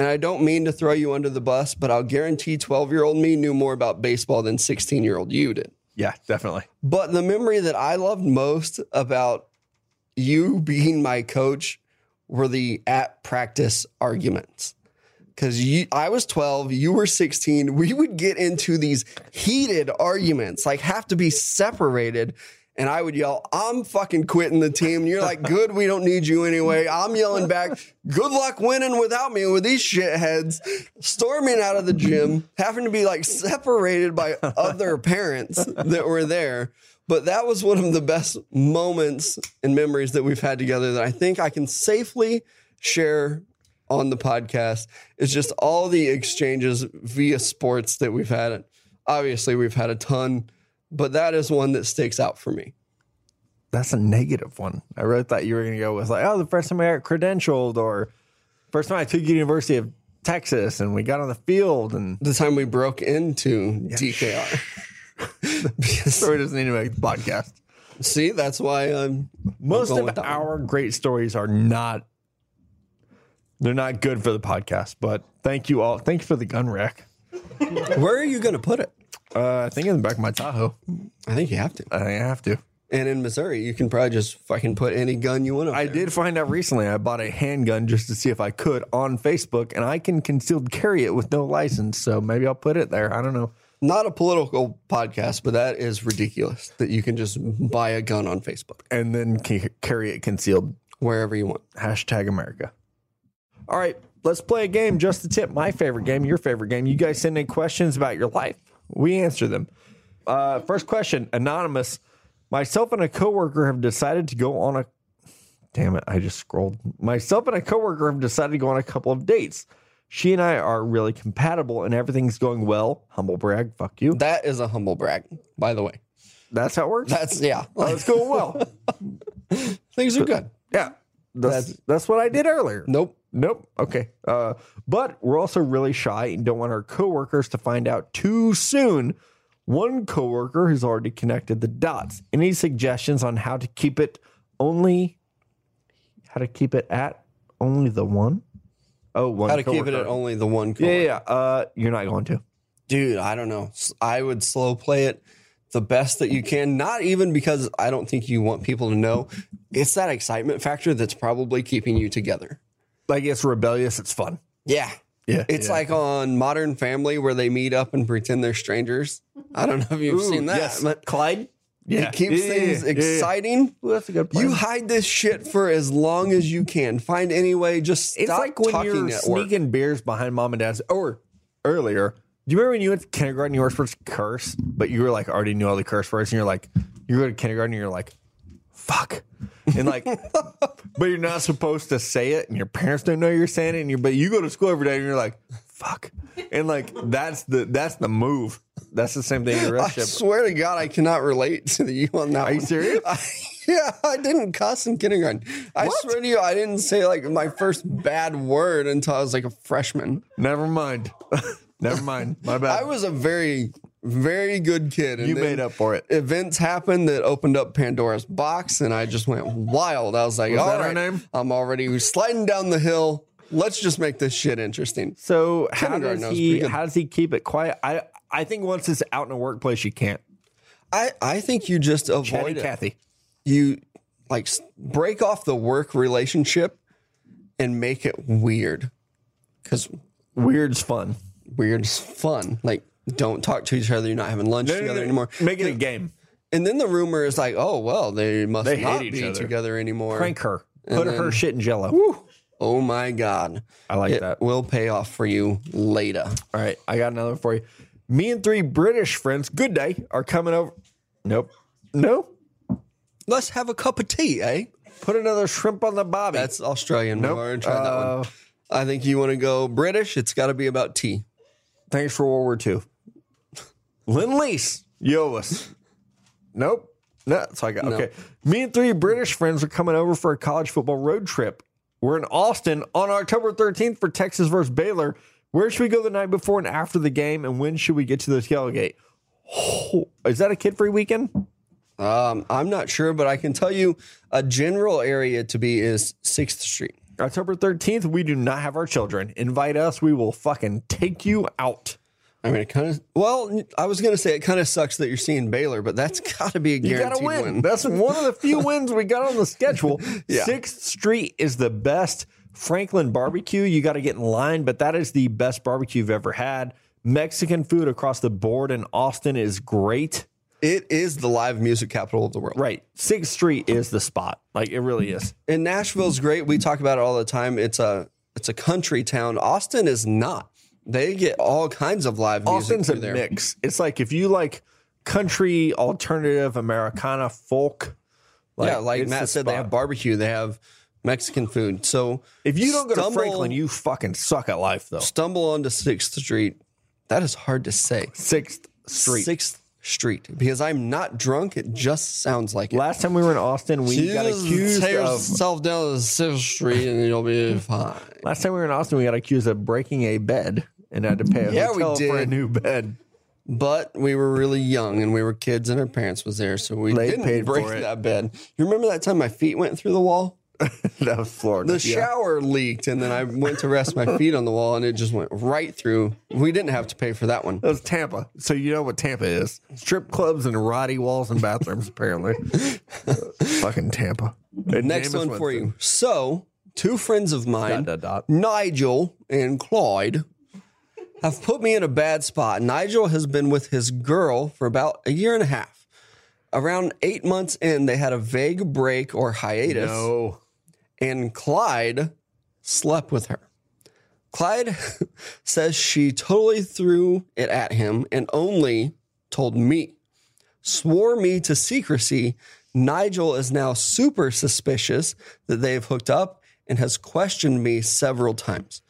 [SPEAKER 1] And I don't mean to throw you under the bus, but I'll guarantee 12 year old me knew more about baseball than 16 year old you did.
[SPEAKER 2] Yeah, definitely.
[SPEAKER 1] But the memory that I loved most about you being my coach were the at practice arguments. Because I was 12, you were 16. We would get into these heated arguments, like have to be separated. And I would yell, I'm fucking quitting the team. And you're like, good, we don't need you anyway. I'm yelling back, good luck winning without me with these shitheads storming out of the gym, having to be like separated by other parents that were there. But that was one of the best moments and memories that we've had together that I think I can safely share on the podcast. It's just all the exchanges via sports that we've had. Obviously, we've had a ton, but that is one that sticks out for me.
[SPEAKER 2] That's a negative one. I really thought you were going to go with like, oh, the first time I got credentialed, or first time I took University of Texas, and we got on the field, and
[SPEAKER 1] The time we broke into DKR. Because-
[SPEAKER 2] story doesn't need to make the podcast.
[SPEAKER 1] See, that's why I'm
[SPEAKER 2] Most
[SPEAKER 1] going
[SPEAKER 2] of
[SPEAKER 1] with that one.
[SPEAKER 2] our great stories are not. They're not good for the podcast, but thank you all. Thank you for the gun rack.
[SPEAKER 1] Where are you going to put it?
[SPEAKER 2] Uh, I think in the back of my Tahoe.
[SPEAKER 1] I think you have to.
[SPEAKER 2] I have to.
[SPEAKER 1] And in Missouri, you can probably just fucking put any gun you want. up
[SPEAKER 2] I
[SPEAKER 1] there.
[SPEAKER 2] did find out recently I bought a handgun just to see if I could on Facebook, and I can concealed carry it with no license. So maybe I'll put it there. I don't know.
[SPEAKER 1] Not a political podcast, but that is ridiculous that you can just buy a gun on Facebook
[SPEAKER 2] And then c- carry it concealed.
[SPEAKER 1] wherever you want.
[SPEAKER 2] Hashtag America. All right, let's play a game. Just the tip. My favorite game, your favorite game. You guys send in questions about your life, we answer them. Uh, first question Anonymous. Myself and a coworker have decided to go on a. Damn it, I just scrolled. Myself and a coworker have decided to go on a couple of dates. She and I are really compatible and everything's going well. Humble brag, fuck you.
[SPEAKER 1] That is a humble brag, by the way.
[SPEAKER 2] That's how it works.
[SPEAKER 1] That's yeah.
[SPEAKER 2] It's going well.
[SPEAKER 1] Things are good.
[SPEAKER 2] yeah. That's, that's what I did earlier.
[SPEAKER 1] Nope.
[SPEAKER 2] Nope. Okay. Uh, but we're also really shy and don't want our coworkers to find out too soon. One coworker has already connected the dots. Any suggestions on how to keep it only how to keep it at only the one? Oh, one
[SPEAKER 1] How to keep it
[SPEAKER 2] coworker.
[SPEAKER 1] at only the one
[SPEAKER 2] Yeah,
[SPEAKER 1] coworker.
[SPEAKER 2] yeah, yeah. Uh, you're not going to.
[SPEAKER 1] Dude, I don't know. S- I would slow play it the best that you can, not even because I don't think you want people to know. It's that excitement factor that's probably keeping you together.
[SPEAKER 2] Like it's rebellious. It's fun.
[SPEAKER 1] Yeah.
[SPEAKER 2] Yeah,
[SPEAKER 1] It's
[SPEAKER 2] yeah.
[SPEAKER 1] like on Modern Family where they meet up and pretend they're strangers. I don't know if you've
[SPEAKER 2] Ooh,
[SPEAKER 1] seen that,
[SPEAKER 2] yes.
[SPEAKER 1] but Clyde.
[SPEAKER 2] Yeah.
[SPEAKER 1] It keeps
[SPEAKER 2] Yeah, yeah,
[SPEAKER 1] things
[SPEAKER 2] yeah, yeah.
[SPEAKER 1] exciting.
[SPEAKER 2] Ooh, that's a good
[SPEAKER 1] You hide this shit for as long as you can. Find any way. Just stop
[SPEAKER 2] It's like when
[SPEAKER 1] talking
[SPEAKER 2] you're
[SPEAKER 1] at work.
[SPEAKER 2] sneaking beers behind mom and dad's, or earlier. Do you remember when you went to kindergarten? You were supposed to curse, but you were like already knew all the curse words, and you're like, you go to kindergarten, and you're like, fuck, and like, but you're not supposed to say it, and your parents don't know you're saying it, and you're but you go to school every day, and you're like, fuck, and like that's the that's the move. That's the same thing in your
[SPEAKER 1] I
[SPEAKER 2] relationship.
[SPEAKER 1] swear to God, I cannot relate to you on that.
[SPEAKER 2] Are you
[SPEAKER 1] one.
[SPEAKER 2] serious?
[SPEAKER 1] I, yeah, I didn't cuss in kindergarten. I swear to you, I didn't say like my first bad word until I was like a freshman.
[SPEAKER 2] Never mind. Never mind. My bad.
[SPEAKER 1] I was a very, very good kid. And
[SPEAKER 2] you
[SPEAKER 1] then
[SPEAKER 2] made up for it.
[SPEAKER 1] Events happened that opened up Pandora's box, and I just went wild. I was like,
[SPEAKER 2] Was
[SPEAKER 1] all
[SPEAKER 2] that her
[SPEAKER 1] right,
[SPEAKER 2] name?
[SPEAKER 1] I'm already sliding down the hill. Let's just make this shit interesting.
[SPEAKER 2] So how
[SPEAKER 1] Kindergarten,
[SPEAKER 2] does
[SPEAKER 1] that was
[SPEAKER 2] he
[SPEAKER 1] pretty good.
[SPEAKER 2] how does he keep it quiet? I I think once it's out in a workplace, you can't.
[SPEAKER 1] I, I think you just
[SPEAKER 2] Chatty
[SPEAKER 1] avoid it.
[SPEAKER 2] Cathy.
[SPEAKER 1] you like s- break off the work relationship and make it weird because
[SPEAKER 2] Weird's fun.
[SPEAKER 1] weird's fun like don't talk to each other you're not having lunch together anymore
[SPEAKER 2] Make it a game.
[SPEAKER 1] and then the rumor is like oh well they must
[SPEAKER 2] They hate
[SPEAKER 1] not
[SPEAKER 2] each
[SPEAKER 1] be
[SPEAKER 2] other.
[SPEAKER 1] together anymore
[SPEAKER 2] Prank her. Put
[SPEAKER 1] then-
[SPEAKER 2] her shit in jello.
[SPEAKER 1] oh my god
[SPEAKER 2] I like
[SPEAKER 1] it
[SPEAKER 2] that.
[SPEAKER 1] will pay off for you later
[SPEAKER 2] All right, I got another one for you. Me and three British friends, good day, are coming over. Nope. No.
[SPEAKER 1] let's have a cup of tea eh
[SPEAKER 2] Put another shrimp on the bobby.
[SPEAKER 1] that's australian we've already tried that
[SPEAKER 2] Uh,
[SPEAKER 1] one i think you want to go british it's got to be about tea
[SPEAKER 2] Thanks for World War II. Lend lease. Yo us. Nope. No, that's all I got. Okay. Me and three British friends are coming over for a college football road trip. We're in Austin on October 13th for Texas versus Baylor. Where should we go the night before and after the game? And when should we get to the tailgate? Oh, is that a kid free weekend?
[SPEAKER 1] Um, I'm not sure, but I can tell you a general area to be is Sixth Street.
[SPEAKER 2] October 13th, we do not have our children. Invite us. We will fucking take you out.
[SPEAKER 1] I mean, it kind of. Well, I was gonna say it kind of sucks that you're seeing Baylor, but that's got to be a
[SPEAKER 2] You gotta
[SPEAKER 1] guaranteed
[SPEAKER 2] win.
[SPEAKER 1] win.
[SPEAKER 2] That's one of the few wins we got on the schedule.
[SPEAKER 1] Yeah.
[SPEAKER 2] Sixth Street is the best Franklin barbecue. You got to get in line, but that is the best barbecue you've ever had. Mexican food across the board in Austin is great.
[SPEAKER 1] It is the live music capital of the world.
[SPEAKER 2] Right. Sixth Street is the spot. Like it really is.
[SPEAKER 1] And Nashville's great. We talk about it all the time. It's a it's a country town. Austin is not. They get all kinds of live music
[SPEAKER 2] Austin's a
[SPEAKER 1] through there.
[SPEAKER 2] mix. It's like if you like country, alternative, Americana, folk.
[SPEAKER 1] yeah, like
[SPEAKER 2] it's the
[SPEAKER 1] Matt said, they
[SPEAKER 2] spot.
[SPEAKER 1] have barbecue. They have Mexican food. So
[SPEAKER 2] If you don't go to
[SPEAKER 1] stumble-
[SPEAKER 2] Franklin, you fucking suck at life, though.
[SPEAKER 1] stumble onto Sixth Street. That is hard to say.
[SPEAKER 2] Sixth Street.
[SPEAKER 1] Sixth Street because I'm not drunk. It just sounds like it.
[SPEAKER 2] Last time we were in Austin, we got accused of.
[SPEAKER 1] yourself down to Sixth Street and you'll be fine.
[SPEAKER 2] Last time we were in Austin, we got accused of breaking a bed and had to pay a
[SPEAKER 1] Yeah, we
[SPEAKER 2] hotel for a
[SPEAKER 1] did.
[SPEAKER 2] new bed.
[SPEAKER 1] But we were really young and we were kids and our parents was there, so we
[SPEAKER 2] They
[SPEAKER 1] didn't
[SPEAKER 2] paid
[SPEAKER 1] break
[SPEAKER 2] for it.
[SPEAKER 1] that bed. You remember that time my feet went through the wall?
[SPEAKER 2] that was Florida.
[SPEAKER 1] The
[SPEAKER 2] Yeah.
[SPEAKER 1] shower leaked and then I went to rest my feet on the wall and it just went right through. We didn't have to pay for that one.
[SPEAKER 2] That was Tampa. So you know what Tampa is? Strip clubs and roddy walls and bathrooms. apparently, fucking Tampa. And
[SPEAKER 1] Next
[SPEAKER 2] Jameis
[SPEAKER 1] one for
[SPEAKER 2] Winston.
[SPEAKER 1] you. So, two friends of mine.
[SPEAKER 2] Dot, dot, dot.
[SPEAKER 1] Nigel and Clyde have put me in a bad spot. Nigel has been with his girl for about a year and a half. Around eight months in, they had a vague break or hiatus,
[SPEAKER 2] No,
[SPEAKER 1] and Clyde slept with her. Clyde says she totally threw it at him and only told me, swore me to secrecy. Nigel is now super suspicious that they've hooked up and has questioned me several times.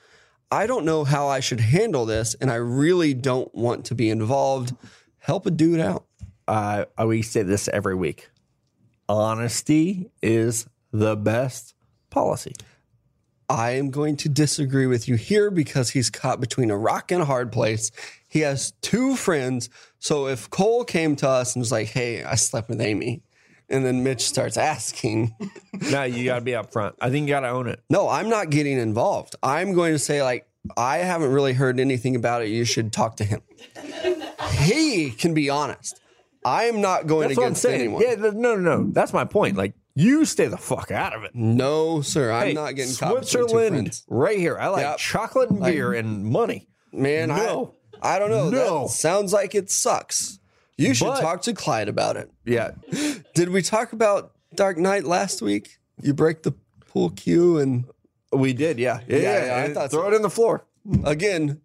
[SPEAKER 1] I don't know how I should handle this, and I really don't want to be involved. Help a dude out.
[SPEAKER 2] uh, we say this every week. Honesty is the best policy.
[SPEAKER 1] I am going to disagree with you here because he's caught between a rock and a hard place. He has two friends. So if Cole came to us and was like, hey, I slept with Amy, and then Mitch starts asking,
[SPEAKER 2] No, you got to be up front. I think you got to own it.
[SPEAKER 1] no, I'm not getting involved. I'm going to say, like, I haven't really heard anything about it. You should talk to him. he can be honest. I am not going
[SPEAKER 2] That's what I'm
[SPEAKER 1] against
[SPEAKER 2] saying.
[SPEAKER 1] anyone.
[SPEAKER 2] Yeah, th- no, no, no. That's my point. Like, you stay the fuck out of it.
[SPEAKER 1] No, sir. I'm
[SPEAKER 2] Hey,
[SPEAKER 1] not getting caught between two
[SPEAKER 2] Switzerland
[SPEAKER 1] friends.
[SPEAKER 2] right here. I like
[SPEAKER 1] Yep.
[SPEAKER 2] chocolate and beer and money.
[SPEAKER 1] Man,
[SPEAKER 2] No.
[SPEAKER 1] I, I don't know.
[SPEAKER 2] No.
[SPEAKER 1] That sounds like it sucks. You should
[SPEAKER 2] But-
[SPEAKER 1] talk to Clyde about it.
[SPEAKER 2] Yeah,
[SPEAKER 1] Did we talk about Dark Knight last week? You break the pool cue and
[SPEAKER 2] we did. Yeah, yeah.
[SPEAKER 1] Yeah,
[SPEAKER 2] yeah,
[SPEAKER 1] yeah, I
[SPEAKER 2] And
[SPEAKER 1] thought
[SPEAKER 2] throw
[SPEAKER 1] so.
[SPEAKER 2] it in the floor
[SPEAKER 1] again,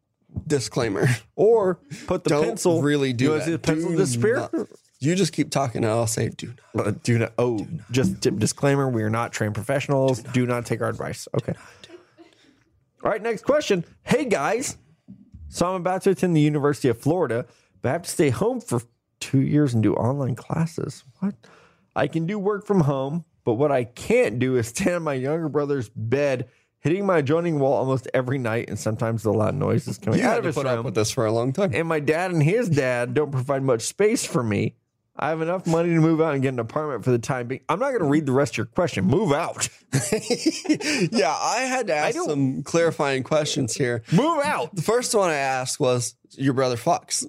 [SPEAKER 1] disclaimer.
[SPEAKER 2] or put the
[SPEAKER 1] Don't
[SPEAKER 2] pencil.
[SPEAKER 1] really do
[SPEAKER 2] You know,
[SPEAKER 1] that.
[SPEAKER 2] see the pencil
[SPEAKER 1] Do
[SPEAKER 2] disappear?
[SPEAKER 1] not- You just keep talking and I'll say do not.
[SPEAKER 2] Uh, Do not. Oh, just tip disclaimer: we are not trained professionals. Do not, take our advice. Okay. All right. Next question. Hey guys, so I'm about to attend the University of Florida, but I have to stay home for two years and do online classes. What? I can do work from home, but what I can't do is stand on my younger brother's bed, hitting my adjoining wall almost every night, and sometimes the loud noises coming
[SPEAKER 1] You
[SPEAKER 2] out
[SPEAKER 1] had
[SPEAKER 2] of
[SPEAKER 1] to
[SPEAKER 2] his
[SPEAKER 1] put
[SPEAKER 2] room
[SPEAKER 1] up with this for a long time.
[SPEAKER 2] and my dad and his dad don't provide much space for me. I have enough money to move out and get an apartment for the time being. I'm not going to read the rest of your question. Move out.
[SPEAKER 1] yeah, I had to ask
[SPEAKER 2] don't-
[SPEAKER 1] some clarifying questions here.
[SPEAKER 2] Move out.
[SPEAKER 1] The first one I asked was your brother fucks.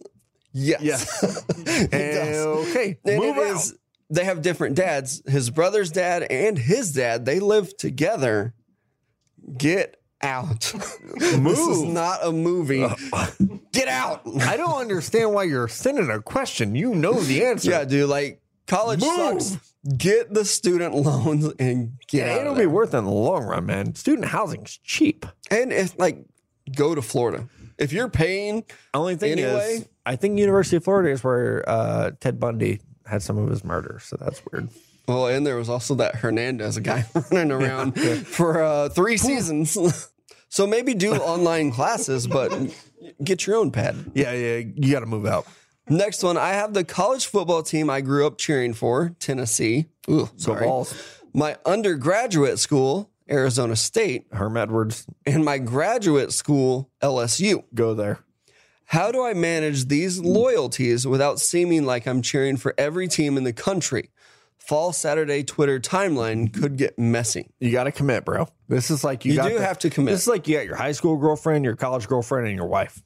[SPEAKER 1] Yes. He does.
[SPEAKER 2] Okay.
[SPEAKER 1] And
[SPEAKER 2] Move
[SPEAKER 1] it
[SPEAKER 2] out.
[SPEAKER 1] is- they have different dads. His brother's dad and his dad, they live together. Get out. this is
[SPEAKER 2] Move.
[SPEAKER 1] not a movie. Get out.
[SPEAKER 2] I don't understand why you're sending a question. You know the answer.
[SPEAKER 1] Yeah, dude, like college
[SPEAKER 2] Move.
[SPEAKER 1] sucks. Get the student loans and get out.
[SPEAKER 2] It'll
[SPEAKER 1] of
[SPEAKER 2] be
[SPEAKER 1] there.
[SPEAKER 2] worth it in the long run, man. Student housing's cheap.
[SPEAKER 1] and if like go to Florida. If you're paying
[SPEAKER 2] Only thing
[SPEAKER 1] Anyway.
[SPEAKER 2] is, I think University of Florida is where uh, Ted Bundy had some of his murders, so that's weird.
[SPEAKER 1] well, and there was also that Hernandez guy running around for uh, three seasons. so maybe do online classes, but get your own pad.
[SPEAKER 2] Yeah, yeah, you got to move out.
[SPEAKER 1] Next one, I have the college football team I grew up cheering for, Tennessee. Ooh,
[SPEAKER 2] Go
[SPEAKER 1] sorry.
[SPEAKER 2] balls,
[SPEAKER 1] My undergraduate school, Arizona State,
[SPEAKER 2] Herm Edwards,
[SPEAKER 1] and my graduate school, LSU.
[SPEAKER 2] go there.
[SPEAKER 1] How do I manage these loyalties without seeming like I'm cheering for every team in the country? Fall Saturday Twitter timeline could get messy.
[SPEAKER 2] You got to commit, bro. This is like you,
[SPEAKER 1] You
[SPEAKER 2] got
[SPEAKER 1] do
[SPEAKER 2] the-
[SPEAKER 1] have to commit.
[SPEAKER 2] This is like you got your high school girlfriend, your college girlfriend, and your wife.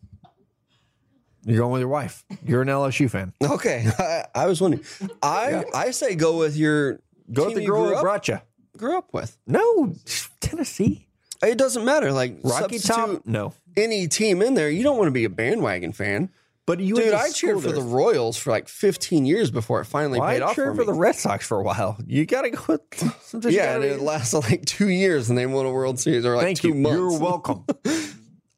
[SPEAKER 2] You're going with your wife. You're an LSU fan.
[SPEAKER 1] Okay, I, I was wondering. I I say go with your
[SPEAKER 2] Go with
[SPEAKER 1] team
[SPEAKER 2] the
[SPEAKER 1] you
[SPEAKER 2] girl
[SPEAKER 1] grew
[SPEAKER 2] who
[SPEAKER 1] up,
[SPEAKER 2] brought you.
[SPEAKER 1] grew up with.
[SPEAKER 2] No, Tennessee.
[SPEAKER 1] It doesn't matter. Like
[SPEAKER 2] Rocky
[SPEAKER 1] substitute
[SPEAKER 2] Top. No,
[SPEAKER 1] any team in there, you don't want to be a bandwagon fan.
[SPEAKER 2] but you.
[SPEAKER 1] Dude,
[SPEAKER 2] went to
[SPEAKER 1] I cheered
[SPEAKER 2] school
[SPEAKER 1] for the
[SPEAKER 2] there.
[SPEAKER 1] Royals for like 15 years before it finally
[SPEAKER 2] Well,
[SPEAKER 1] paid
[SPEAKER 2] I
[SPEAKER 1] off
[SPEAKER 2] cheered
[SPEAKER 1] for,
[SPEAKER 2] for,
[SPEAKER 1] me.
[SPEAKER 2] the Red Sox for a while. You got to go with. Sometimes
[SPEAKER 1] yeah,
[SPEAKER 2] you
[SPEAKER 1] and
[SPEAKER 2] gotta,
[SPEAKER 1] it lasted like two years, and they won a World Series or like
[SPEAKER 2] thank
[SPEAKER 1] two
[SPEAKER 2] you.
[SPEAKER 1] months.
[SPEAKER 2] You're welcome.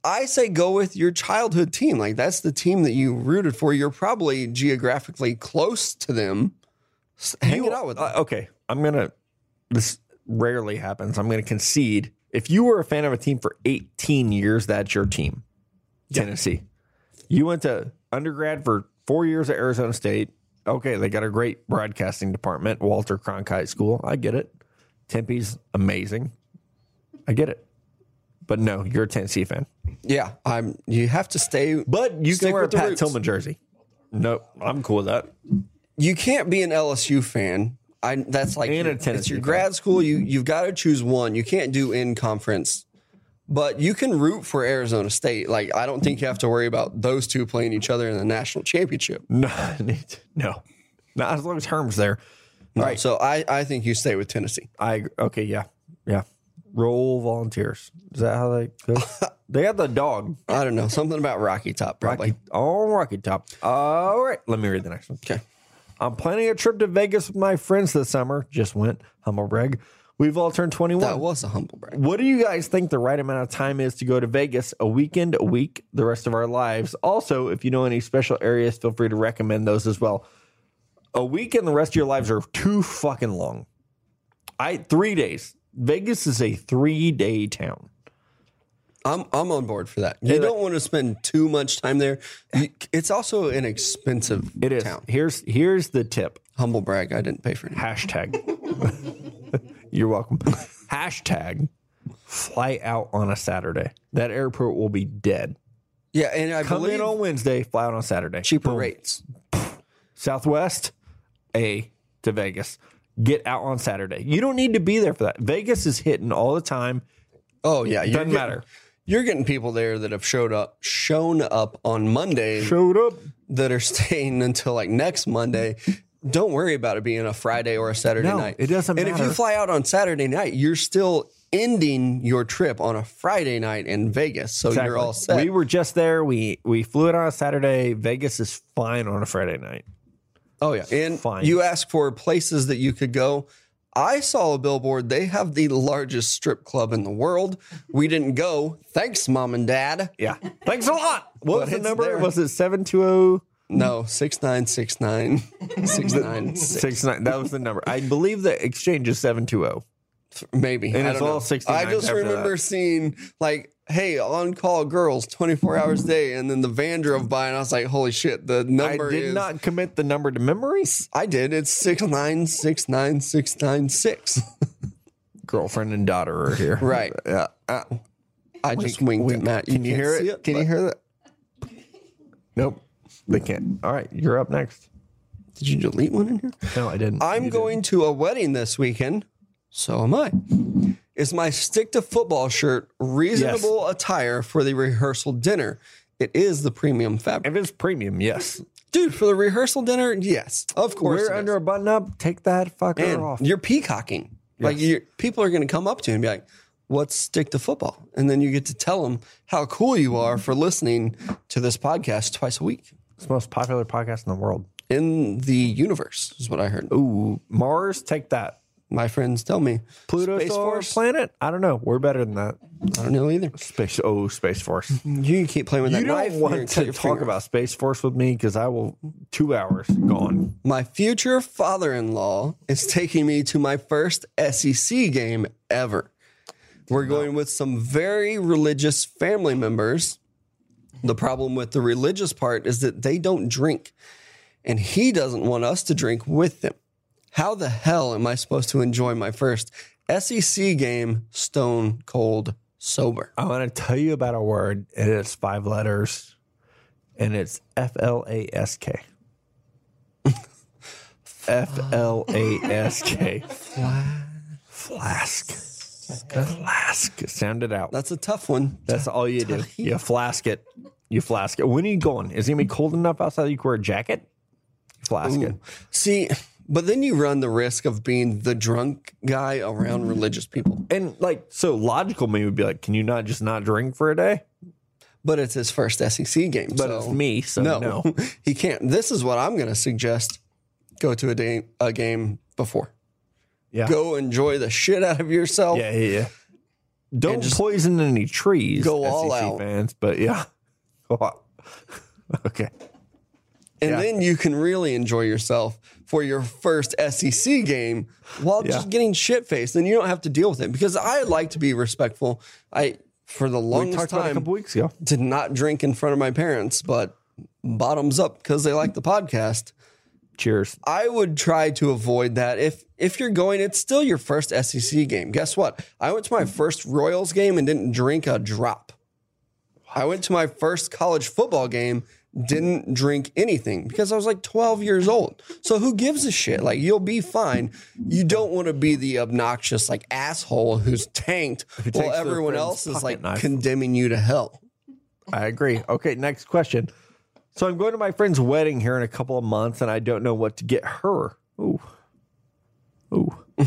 [SPEAKER 1] I say go with your childhood team. Like that's the team that you rooted for. You're probably geographically close to them. S- Hang it out with them.
[SPEAKER 2] Uh, okay, I'm gonna. This rarely happens. I'm gonna concede. If you were a fan of a team for 18 years, that's your team, Tennessee. You went to undergrad for four years at Arizona State. Okay, they got a great broadcasting department, Walter Cronkite School. I get it. Tempe's amazing. I get it. But no, you're a Tennessee fan.
[SPEAKER 1] yeah, I'm. You have to stay.
[SPEAKER 2] But you
[SPEAKER 1] Stick
[SPEAKER 2] can wear a
[SPEAKER 1] with the
[SPEAKER 2] Pat
[SPEAKER 1] roots.
[SPEAKER 2] Tillman jersey. No, I'm cool with that.
[SPEAKER 1] You can't be an LSU fan. I that's like
[SPEAKER 2] And a
[SPEAKER 1] your- it's
[SPEAKER 2] Tennessee
[SPEAKER 1] your
[SPEAKER 2] fan.
[SPEAKER 1] grad school. You you've got to choose one. You can't do in conference, but you can root for Arizona State. Like I don't think you have to worry about those two playing each other in the national championship.
[SPEAKER 2] No, no, not as long as Herm's there.
[SPEAKER 1] Right. So I I think you stay with Tennessee.
[SPEAKER 2] I okay, yeah, yeah. Roll volunteers. Is that how they? Go? they got the dog.
[SPEAKER 1] I don't know something about Rocky Top probably.
[SPEAKER 2] Rocky, oh, Rocky Top. All right, let me read the next one.
[SPEAKER 1] Okay.
[SPEAKER 2] I'm planning a trip to Vegas with my friends this summer. Just went humble brag. We've all turned 21.
[SPEAKER 1] That was Oh, a humble brag.
[SPEAKER 2] What do you guys think the right amount of time is to go to Vegas? A weekend, a week, the rest of our lives. Also, if you know any special areas, feel free to recommend those as well. A week and the rest of your lives are too fucking long. I three days. Vegas is a three day town.
[SPEAKER 1] I'm I'm on board for that. You don't want to spend too much time there. You, it's also an expensive
[SPEAKER 2] It is.
[SPEAKER 1] town.
[SPEAKER 2] Here's here's the tip.
[SPEAKER 1] Humble brag, I didn't pay for it.
[SPEAKER 2] Hashtag. You're welcome. Hashtag fly out on a Saturday. That airport will be dead.
[SPEAKER 1] Yeah, and I
[SPEAKER 2] Come
[SPEAKER 1] believe
[SPEAKER 2] in on Wednesday, fly out on Saturday.
[SPEAKER 1] cheaper
[SPEAKER 2] Boom.
[SPEAKER 1] rates.
[SPEAKER 2] Southwest, A to Vegas. Get out on Saturday. You don't need to be there for that. Vegas is hitting all the time.
[SPEAKER 1] Oh yeah, you're
[SPEAKER 2] Doesn't
[SPEAKER 1] getting-
[SPEAKER 2] matter.
[SPEAKER 1] You're getting people there that have showed up, shown up on Monday
[SPEAKER 2] Showed up.
[SPEAKER 1] that are staying until like next Monday. Don't worry about it being a Friday or a Saturday
[SPEAKER 2] No,
[SPEAKER 1] night.
[SPEAKER 2] it doesn't
[SPEAKER 1] And if you
[SPEAKER 2] matter.
[SPEAKER 1] fly out on Saturday night, you're still ending your trip on a Friday night in Vegas, so you're all set.
[SPEAKER 2] We were just there. We we flew it on a Saturday. Vegas is fine on a Friday night.
[SPEAKER 1] Oh yeah, and
[SPEAKER 2] Fine.
[SPEAKER 1] you ask for places that you could go. I saw a billboard. They have the largest strip club in the world. We didn't go. Thanks, mom and dad.
[SPEAKER 2] Yeah. Thanks a lot. What
[SPEAKER 1] But
[SPEAKER 2] was the
[SPEAKER 1] it's
[SPEAKER 2] number?
[SPEAKER 1] there.
[SPEAKER 2] Was it seven two oh zero
[SPEAKER 1] No, six nine six nine six nine six
[SPEAKER 2] six nine? That was the number. I believe the exchange is seven two oh. zero.
[SPEAKER 1] maybe.
[SPEAKER 2] And
[SPEAKER 1] I
[SPEAKER 2] it's
[SPEAKER 1] don't
[SPEAKER 2] all
[SPEAKER 1] know.
[SPEAKER 2] 69
[SPEAKER 1] I just
[SPEAKER 2] after that.
[SPEAKER 1] remember seeing like, hey, on call girls, twenty four hours a day, and then the van drove by, and I was like, holy shit, the
[SPEAKER 2] I
[SPEAKER 1] number
[SPEAKER 2] did
[SPEAKER 1] is.
[SPEAKER 2] not commit the number to memory.
[SPEAKER 1] I did. It's six nine six nine six nine six.
[SPEAKER 2] Girlfriend and daughter are here.
[SPEAKER 1] Right.
[SPEAKER 2] Yeah. Uh,
[SPEAKER 1] I just winked at Matt.
[SPEAKER 2] Can you
[SPEAKER 1] can't
[SPEAKER 2] hear
[SPEAKER 1] see
[SPEAKER 2] it? Can you hear that? Nope. They can't. All right. You're up next.
[SPEAKER 1] Did you delete one in here?
[SPEAKER 2] No, I didn't.
[SPEAKER 1] I'm going to a wedding this weekend. So am I. Is my stick to football shirt reasonable attire for the rehearsal dinner? It is the premium fabric.
[SPEAKER 2] If it's premium, yes.
[SPEAKER 1] Dude, for the rehearsal dinner, yes. Of course.
[SPEAKER 2] We're
[SPEAKER 1] it
[SPEAKER 2] under
[SPEAKER 1] is.
[SPEAKER 2] a button up. Take that fucker
[SPEAKER 1] And
[SPEAKER 2] off.
[SPEAKER 1] you're peacocking. Like you're, people are going to come up to you and be like, "What's stick to football?" And then you get to tell them how cool you are for listening to this podcast twice a week
[SPEAKER 2] It's the most popular podcast in the world.
[SPEAKER 1] in the universe. Is what I heard.
[SPEAKER 2] Ooh, Mars, take that.
[SPEAKER 1] My friends tell me
[SPEAKER 2] Pluto,
[SPEAKER 1] Space Force.
[SPEAKER 2] planet. I don't know. We're better than that.
[SPEAKER 1] I don't know either.
[SPEAKER 2] Space. Oh, Space Force.
[SPEAKER 1] You keep playing with that
[SPEAKER 2] you
[SPEAKER 1] knife. and
[SPEAKER 2] don't
[SPEAKER 1] you're
[SPEAKER 2] want
[SPEAKER 1] gonna cut
[SPEAKER 2] to
[SPEAKER 1] your
[SPEAKER 2] talk
[SPEAKER 1] finger off.
[SPEAKER 2] about Space Force with me because I will. Two hours gone.
[SPEAKER 1] My future father in law is taking me to my first SEC game ever. We're going with some very religious family members. The problem with the religious part is that they don't drink, and he doesn't want us to drink with them. How the hell am I supposed to enjoy my first SEC game stone cold sober?
[SPEAKER 2] I want to tell you about a word, and it's five letters, and it's F L A S K. F L A S K. Flask. Flask. Sound it out.
[SPEAKER 1] That's a tough one.
[SPEAKER 2] That's all you do. You flask it. You flask it. When are you going? Is it gonna be cold enough outside that you can wear a jacket? Flask it.
[SPEAKER 1] See, but then you run the risk of being the drunk guy around religious people.
[SPEAKER 2] And like, so logical me would be like, can you not just not drink for a day?
[SPEAKER 1] But it's his first SEC game.
[SPEAKER 2] But
[SPEAKER 1] so
[SPEAKER 2] it's me, so no.
[SPEAKER 1] No, he can't. This is what I'm going to suggest: go to a, day, a game before.
[SPEAKER 2] Yeah.
[SPEAKER 1] Go enjoy the shit out of yourself.
[SPEAKER 2] Yeah, yeah, yeah. Don't
[SPEAKER 1] Oh. And just
[SPEAKER 2] poison any trees,
[SPEAKER 1] go all
[SPEAKER 2] SEC
[SPEAKER 1] out.
[SPEAKER 2] fans. But yeah, Go out. okay.
[SPEAKER 1] and
[SPEAKER 2] yeah.
[SPEAKER 1] then you can really enjoy yourself for your first SEC game while
[SPEAKER 2] Yeah.
[SPEAKER 1] just getting shit faced. Then you don't have to deal with it because I like to be respectful. I for the
[SPEAKER 2] We
[SPEAKER 1] longest
[SPEAKER 2] talked about it a
[SPEAKER 1] time
[SPEAKER 2] couple weeks ago.
[SPEAKER 1] did not drink in front of my parents, but bottoms up because they like the podcast.
[SPEAKER 2] Cheers.
[SPEAKER 1] I would try to avoid that. If if you're going, it's still your first SEC game. Guess what? I went to my first Royals game and didn't drink a drop. I went to my first college football game, didn't drink anything because I was like 12 years old. So who gives a shit? Like you'll be fine. You don't want to be the obnoxious like asshole who's tanked
[SPEAKER 2] takes
[SPEAKER 1] while
[SPEAKER 2] their
[SPEAKER 1] everyone
[SPEAKER 2] friend's
[SPEAKER 1] else is
[SPEAKER 2] pocket
[SPEAKER 1] like
[SPEAKER 2] knife.
[SPEAKER 1] condemning you to hell.
[SPEAKER 2] I agree. Okay, next question. So I'm going to my friend's wedding here in a couple of months, and I don't know what to get her. Ooh, ooh.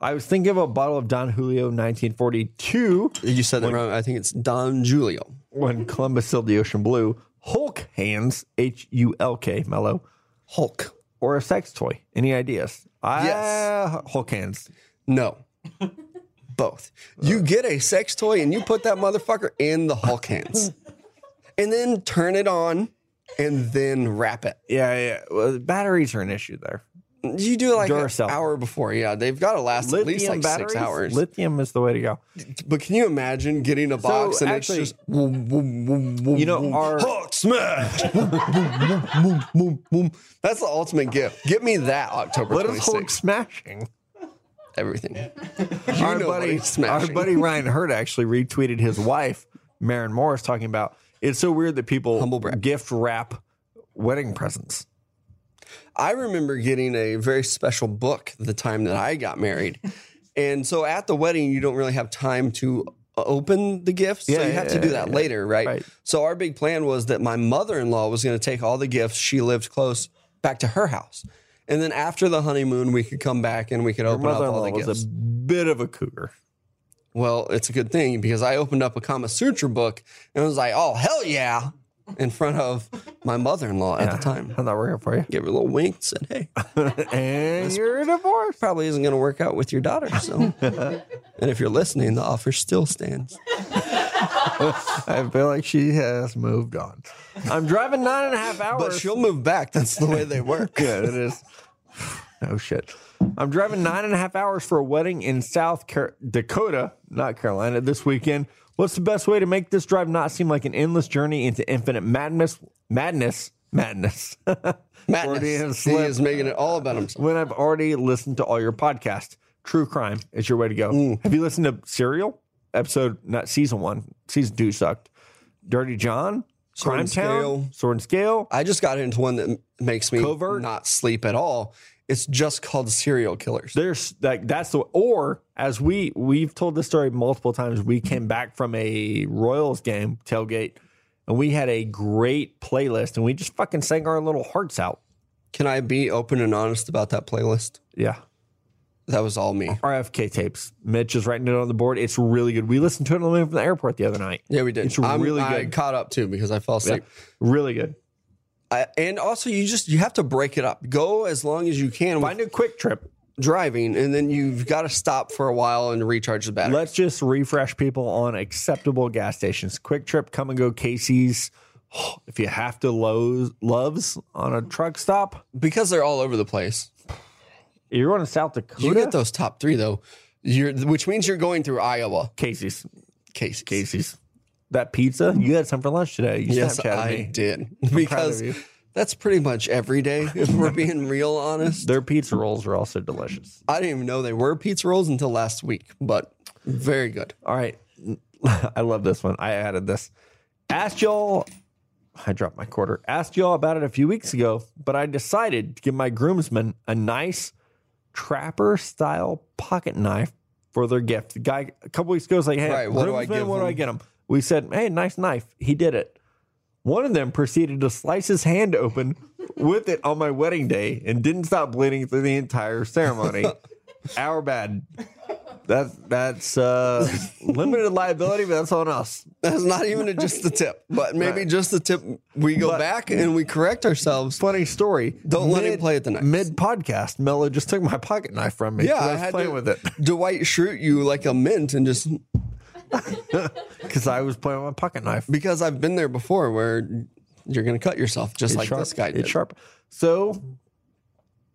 [SPEAKER 2] I was thinking of a bottle of Don Julio 1942
[SPEAKER 1] You said that wrong. I think it's Don Julio.
[SPEAKER 2] when Columbus sailed the ocean blue. Hulk hands H U L K mellow
[SPEAKER 1] Hulk.
[SPEAKER 2] or a sex toy. Any ideas?
[SPEAKER 1] Yes.
[SPEAKER 2] I, Hulk hands.
[SPEAKER 1] No. Both. You get a sex toy and you put that motherfucker in the Hulk hands. And then turn it on and then wrap it.
[SPEAKER 2] Yeah, yeah. Well, batteries are an issue there.
[SPEAKER 1] You do like
[SPEAKER 2] Duracell.
[SPEAKER 1] an hour before. Yeah, they've got to last at least like six hours.
[SPEAKER 2] Lithium is the way to go.
[SPEAKER 1] but can you imagine getting a box and
[SPEAKER 2] actually-
[SPEAKER 1] it's just. Woom, woom, woom, woom,
[SPEAKER 2] You know,
[SPEAKER 1] woom.
[SPEAKER 2] our-
[SPEAKER 1] Hulk smash! Woom, woom, woom, woom, woom. That's the ultimate gift. Give me that October
[SPEAKER 2] What is Hulk
[SPEAKER 1] 26th.
[SPEAKER 2] smashing?
[SPEAKER 1] everything.
[SPEAKER 2] our
[SPEAKER 1] know
[SPEAKER 2] buddy,
[SPEAKER 1] buddy
[SPEAKER 2] our
[SPEAKER 1] smashing.
[SPEAKER 2] buddy Ryan Hurd actually retweeted his wife, Maren Morris, talking about it's so weird that people
[SPEAKER 1] Humble brag.
[SPEAKER 2] gift wrap wedding presents.
[SPEAKER 1] I remember getting a very special book the time that I got married. and so at the wedding, you don't really have time to uh, open the gifts. so
[SPEAKER 2] Yeah,
[SPEAKER 1] you have to
[SPEAKER 2] yeah,
[SPEAKER 1] do that
[SPEAKER 2] yeah,
[SPEAKER 1] later, right?
[SPEAKER 2] right.
[SPEAKER 1] So our big plan was that my mother in law was going to take all the gifts she lived close back to her house. And then after the honeymoon, we could come back and we could
[SPEAKER 2] Her
[SPEAKER 1] open up
[SPEAKER 2] mother in
[SPEAKER 1] all
[SPEAKER 2] law
[SPEAKER 1] the gifts.
[SPEAKER 2] was a bit of a cougar.
[SPEAKER 1] Well, it's a good thing because I opened up a Kama Sutra book and I was like, oh, hell yeah, in front of my mother in law at the time.
[SPEAKER 2] I'm not working for you.
[SPEAKER 1] Gave her a little wink, said, hey,
[SPEAKER 2] and you're divorced.
[SPEAKER 1] probably isn't going to work out with your daughter. So, and if you're listening, the offer still stands.
[SPEAKER 2] I feel like she has moved on. I'm driving nine and a half hours.
[SPEAKER 1] But she'll move back. That's the way they work.
[SPEAKER 2] Yeah, it is. Oh shit! I'm driving nine and a half hours for a wedding in South Car- Dakota, not Carolina, this weekend. What's the best way to make this drive not seem like an endless journey into infinite madness? Madness, madness. Freudian
[SPEAKER 1] Madness. He
[SPEAKER 2] slip.
[SPEAKER 1] is making it all about himself.
[SPEAKER 2] when I've already listened to all your podcasts, true crime is your way to go. Have you listened to Serial episode? Not season one. Season two sucked. Dirty John,
[SPEAKER 1] Sword
[SPEAKER 2] Crime
[SPEAKER 1] and
[SPEAKER 2] Town,
[SPEAKER 1] Scale.
[SPEAKER 2] Sword and Scale.
[SPEAKER 1] I just got into one that makes me
[SPEAKER 2] Covert?
[SPEAKER 1] not sleep at all. It's just called serial killers.
[SPEAKER 2] there's like that's the or as we we've told this story multiple times we came back from a royals game tailgate and we had a great playlist and we just fucking sang our little hearts out
[SPEAKER 1] Can I be open and honest about that playlist?
[SPEAKER 2] yeah
[SPEAKER 1] That was all me.
[SPEAKER 2] rfk tapes mitch is writing it on the board it's really good we listened to it on the way from the airport the other night
[SPEAKER 1] Yeah, we did.
[SPEAKER 2] It's
[SPEAKER 1] I'm,
[SPEAKER 2] really
[SPEAKER 1] I
[SPEAKER 2] good.
[SPEAKER 1] caught up too because I fell asleep.
[SPEAKER 2] really good
[SPEAKER 1] I, and also, you just you have to break it up. Go as long as you can with
[SPEAKER 2] find a quick trip
[SPEAKER 1] driving, and then you've got to stop for a while and recharge the battery.
[SPEAKER 2] Let's just refresh people on acceptable gas stations. Quick Trip, Come and Go, Casey's. If you have to, Lowe's, Loves on a truck stop.
[SPEAKER 1] because they're all over the place.
[SPEAKER 2] You're going to South Dakota.
[SPEAKER 1] You get those top three though, you're, which means you're going through Iowa.
[SPEAKER 2] Casey's.
[SPEAKER 1] Casey's.
[SPEAKER 2] Casey's. That pizza you had some for lunch today. You
[SPEAKER 1] Yes,
[SPEAKER 2] Snapchatted
[SPEAKER 1] I
[SPEAKER 2] me.
[SPEAKER 1] did because
[SPEAKER 2] you.
[SPEAKER 1] that's pretty much every day. If we're being real honest,
[SPEAKER 2] Their pizza rolls are also delicious.
[SPEAKER 1] I didn't even know they were pizza rolls until last week, but very good.
[SPEAKER 2] All right, I love this one. I added this. Asked y'all. I dropped my quarter. Asked y'all about it a few weeks ago, but I decided to give my groomsmen a nice trapper style pocket knife for their gift. The guy a couple weeks ago was like, "Hey,
[SPEAKER 1] Right,
[SPEAKER 2] what
[SPEAKER 1] what do I
[SPEAKER 2] do I
[SPEAKER 1] give
[SPEAKER 2] what do I
[SPEAKER 1] them?"
[SPEAKER 2] get him?" We said, "Hey, nice knife." He did it. One of them proceeded to slice his hand open with it on my wedding day and didn't stop bleeding through the entire ceremony. Our bad. That's that's uh, limited liability, but that's on us.
[SPEAKER 1] That's not even a, just the tip, but maybe just the tip. We go
[SPEAKER 2] But-
[SPEAKER 1] back and we correct ourselves.
[SPEAKER 2] Funny story.
[SPEAKER 1] Don't let him play it the next.
[SPEAKER 2] Mid podcast, Mello just took my pocket knife from me. 'cause
[SPEAKER 1] Yeah,
[SPEAKER 2] I was playing
[SPEAKER 1] to
[SPEAKER 2] with it
[SPEAKER 1] Dwight Schrute you like a mint and just
[SPEAKER 2] because I was playing with my pocket knife.
[SPEAKER 1] because I've been there before where you're going to cut yourself just
[SPEAKER 2] It's
[SPEAKER 1] like
[SPEAKER 2] sharp.
[SPEAKER 1] this guy did.
[SPEAKER 2] It's sharp. So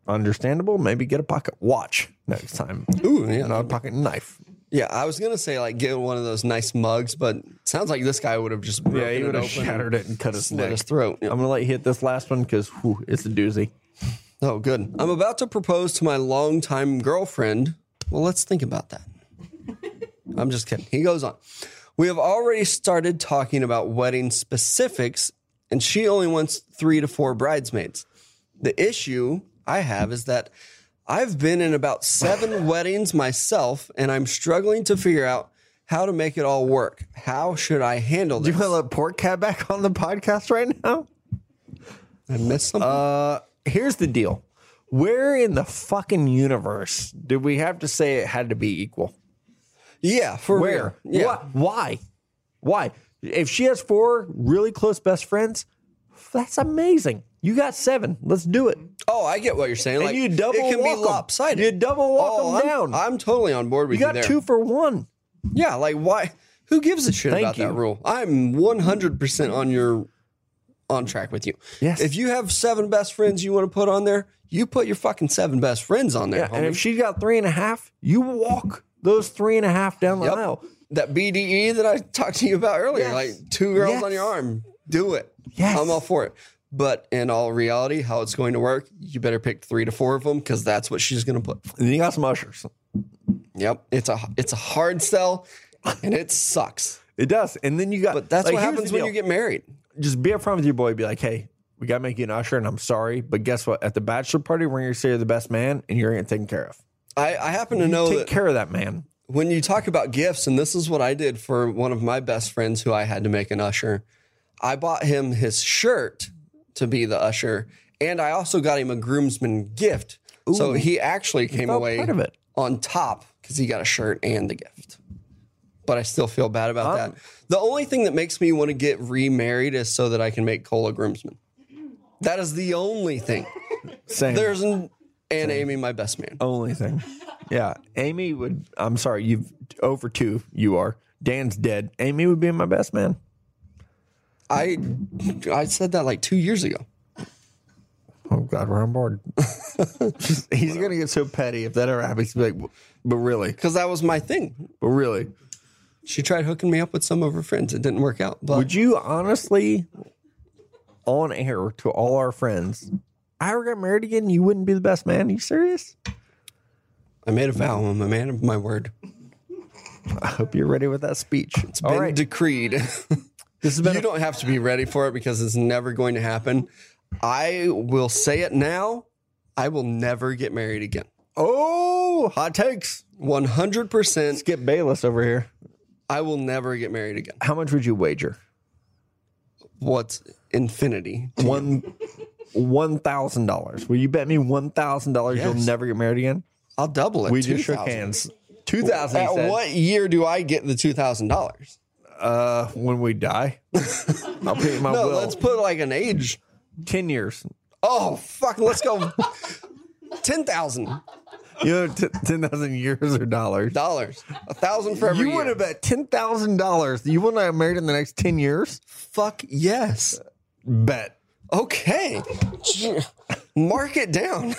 [SPEAKER 2] understandable. Maybe get a pocket watch next time.
[SPEAKER 1] Ooh, yeah.
[SPEAKER 2] Not a pocket knife.
[SPEAKER 1] Yeah, I was gonna say like get one of those nice mugs, but it sounds like this guy would have just broken
[SPEAKER 2] Yeah, he would have
[SPEAKER 1] open
[SPEAKER 2] shattered it and cut his
[SPEAKER 1] and slit
[SPEAKER 2] neck.
[SPEAKER 1] his throat. Yeah.
[SPEAKER 2] I'm gonna let you hit this last one because it's a doozy.
[SPEAKER 1] Oh, good. I'm about to propose to my longtime girlfriend. Well, let's think about that. I'm just kidding. He goes on. We have already started talking about wedding specifics, and she only wants three to four bridesmaids. The issue I have is that I've been in about seven weddings myself, and I'm struggling to figure out how to make it all work. How should I handle
[SPEAKER 2] Do you
[SPEAKER 1] this?
[SPEAKER 2] want to let Pork Cat back on the podcast right now?
[SPEAKER 1] I missed something.
[SPEAKER 2] here's the deal. Where in the fucking universe did we have to say it had to be equal?
[SPEAKER 1] yeah, for
[SPEAKER 2] Where?
[SPEAKER 1] real. Yeah.
[SPEAKER 2] Why? Why? Why? If she has four really close best friends, that's amazing. You got seven. Let's do it.
[SPEAKER 1] Oh, I get what you're saying. Like
[SPEAKER 2] and you double
[SPEAKER 1] it can
[SPEAKER 2] walk
[SPEAKER 1] be
[SPEAKER 2] 'em.
[SPEAKER 1] lopsided.
[SPEAKER 2] You double walk
[SPEAKER 1] Oh,
[SPEAKER 2] them
[SPEAKER 1] I'm,
[SPEAKER 2] down.
[SPEAKER 1] I'm totally on board with
[SPEAKER 2] you
[SPEAKER 1] you,
[SPEAKER 2] got
[SPEAKER 1] there.
[SPEAKER 2] two for one.
[SPEAKER 1] Yeah, like why? Who gives a shit
[SPEAKER 2] Thank
[SPEAKER 1] about
[SPEAKER 2] you.
[SPEAKER 1] that rule? I'm 100 percent on your on track with you.
[SPEAKER 2] Yes.
[SPEAKER 1] If you have seven best friends you want to put on there, you put your fucking seven best friends on there.
[SPEAKER 2] Yeah, and
[SPEAKER 1] homie.
[SPEAKER 2] if she's got three and a half, you walk those three and a half down the
[SPEAKER 1] Yep.
[SPEAKER 2] aisle.
[SPEAKER 1] that BDE that I talked to you about earlier,
[SPEAKER 2] Yes.
[SPEAKER 1] like two girls
[SPEAKER 2] Yes.
[SPEAKER 1] on your arm, do it.
[SPEAKER 2] Yes.
[SPEAKER 1] I'm all for it. But in all reality, how it's going to work, you better pick three to four of them because that's what she's going to put.
[SPEAKER 2] And then you got some ushers.
[SPEAKER 1] Yep, it's a it's a hard sell, and it sucks.
[SPEAKER 2] It does. And then you got
[SPEAKER 1] But that's
[SPEAKER 2] like,
[SPEAKER 1] what
[SPEAKER 2] here's the
[SPEAKER 1] happens when
[SPEAKER 2] deal.
[SPEAKER 1] you get married.
[SPEAKER 2] just be upfront with your boy. Be like, hey, we gotta make you an usher, and I'm sorry, but guess what? At the bachelor party, we're gonna say you're the best man, and you're gonna get taken care of.
[SPEAKER 1] I, I happen to know
[SPEAKER 2] Take
[SPEAKER 1] that
[SPEAKER 2] care of that man.
[SPEAKER 1] when you talk about gifts, and this is what I did for one of my best friends who I had to make an usher, I bought him his shirt to be the usher, and I also got him a groomsman gift. So he actually came
[SPEAKER 2] felt
[SPEAKER 1] away
[SPEAKER 2] part of it.
[SPEAKER 1] on top because he got a shirt and the gift. But I still feel bad about
[SPEAKER 2] Um,
[SPEAKER 1] that. The only thing that makes me want to get remarried is so that I can make Cole a groomsman. That is the only thing.
[SPEAKER 2] Same.
[SPEAKER 1] There's an, and Amy, my best man.
[SPEAKER 2] only thing. Yeah, Amy would. I'm sorry, you've over two. You are. Dan's dead. Amy would be my best man.
[SPEAKER 1] I I said that like two years ago.
[SPEAKER 2] Oh God, we're on board. He's gonna get so petty if that ever happens. He'll be like, but really,
[SPEAKER 1] because that was my thing.
[SPEAKER 2] but really,
[SPEAKER 1] She tried hooking me up with some of her friends. It didn't work out. But
[SPEAKER 2] would you honestly, on air to all our friends, I ever got married again? You wouldn't be the best man. Are you serious?
[SPEAKER 1] I made a vow. I'm a man of my word.
[SPEAKER 2] I hope you're ready with that speech.
[SPEAKER 1] It's
[SPEAKER 2] all
[SPEAKER 1] been
[SPEAKER 2] right,
[SPEAKER 1] decreed.
[SPEAKER 2] this has been.
[SPEAKER 1] you don't have to be ready for it because it's never going to happen. I will say it now. I will never get married again.
[SPEAKER 2] oh, hot takes.
[SPEAKER 1] 100%.
[SPEAKER 2] Skip Bayless over here.
[SPEAKER 1] I will never get married again.
[SPEAKER 2] How much would you wager?
[SPEAKER 1] What's infinity?
[SPEAKER 2] one one thousand dollars. Will you bet me one thousand dollars you'll
[SPEAKER 1] Yes.
[SPEAKER 2] never get married again?
[SPEAKER 1] I'll double it.
[SPEAKER 2] We just shook
[SPEAKER 1] 2,000.
[SPEAKER 2] hands. Two thousand.
[SPEAKER 1] At what year do I get the $2,000?
[SPEAKER 2] Uh, when we die, I'll pay my
[SPEAKER 1] No,
[SPEAKER 2] will.
[SPEAKER 1] let's put like an age.
[SPEAKER 2] Ten years.
[SPEAKER 1] Oh, fuck. Let's go 10,000.
[SPEAKER 2] You know, t- ten thousand years or dollars.
[SPEAKER 1] dollars, a thousand for every.
[SPEAKER 2] You would
[SPEAKER 1] year.
[SPEAKER 2] have bet ten thousand dollars. You wouldn't have married in the next ten years.
[SPEAKER 1] Fuck yes.
[SPEAKER 2] Bet.
[SPEAKER 1] Okay, mark it down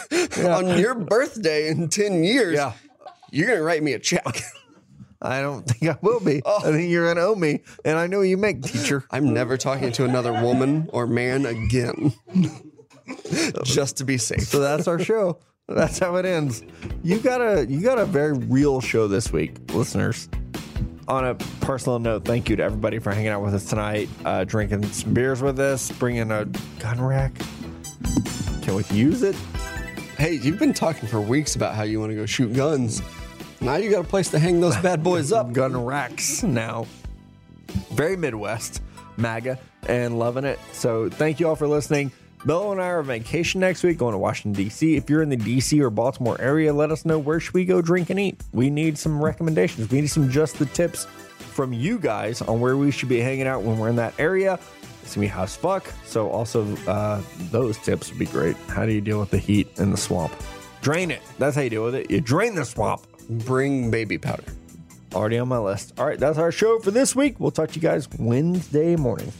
[SPEAKER 1] on your birthday in ten years.
[SPEAKER 2] Yeah.
[SPEAKER 1] You're gonna write me a check.
[SPEAKER 2] I don't think I will be.
[SPEAKER 1] Oh.
[SPEAKER 2] I think you're gonna owe me, and I know what you make, teacher.
[SPEAKER 1] I'm never talking to another woman or man again. Just to be safe.
[SPEAKER 2] So that's our show. That's how it ends. You got a you got a very real show this week, listeners. On a personal note, thank you to everybody for hanging out with us tonight, uh, drinking some beers with us, bringing a gun rack. Can we use it?
[SPEAKER 1] Hey, you've been talking for weeks about how you want to go shoot guns. Now you got a place to hang those bad boys up.
[SPEAKER 2] Gun racks now. Very Midwest, MAGA, and loving it. So thank you all for listening. Bill and I are on vacation next week, going to Washington, D.C. If you're in the D.C. or Baltimore area, let us know where should we go drink and eat. We need some recommendations. We need some just the tips from you guys on where we should be hanging out when we're in that area. It's gonna be house fuck. So also uh, those tips would be great. How do you deal with the heat in the swamp? Drain it. That's how you deal with it. You drain the swamp.
[SPEAKER 1] Bring baby powder.
[SPEAKER 2] Already on my list. All right, that's our show for this week. We'll talk to you guys Wednesday morning.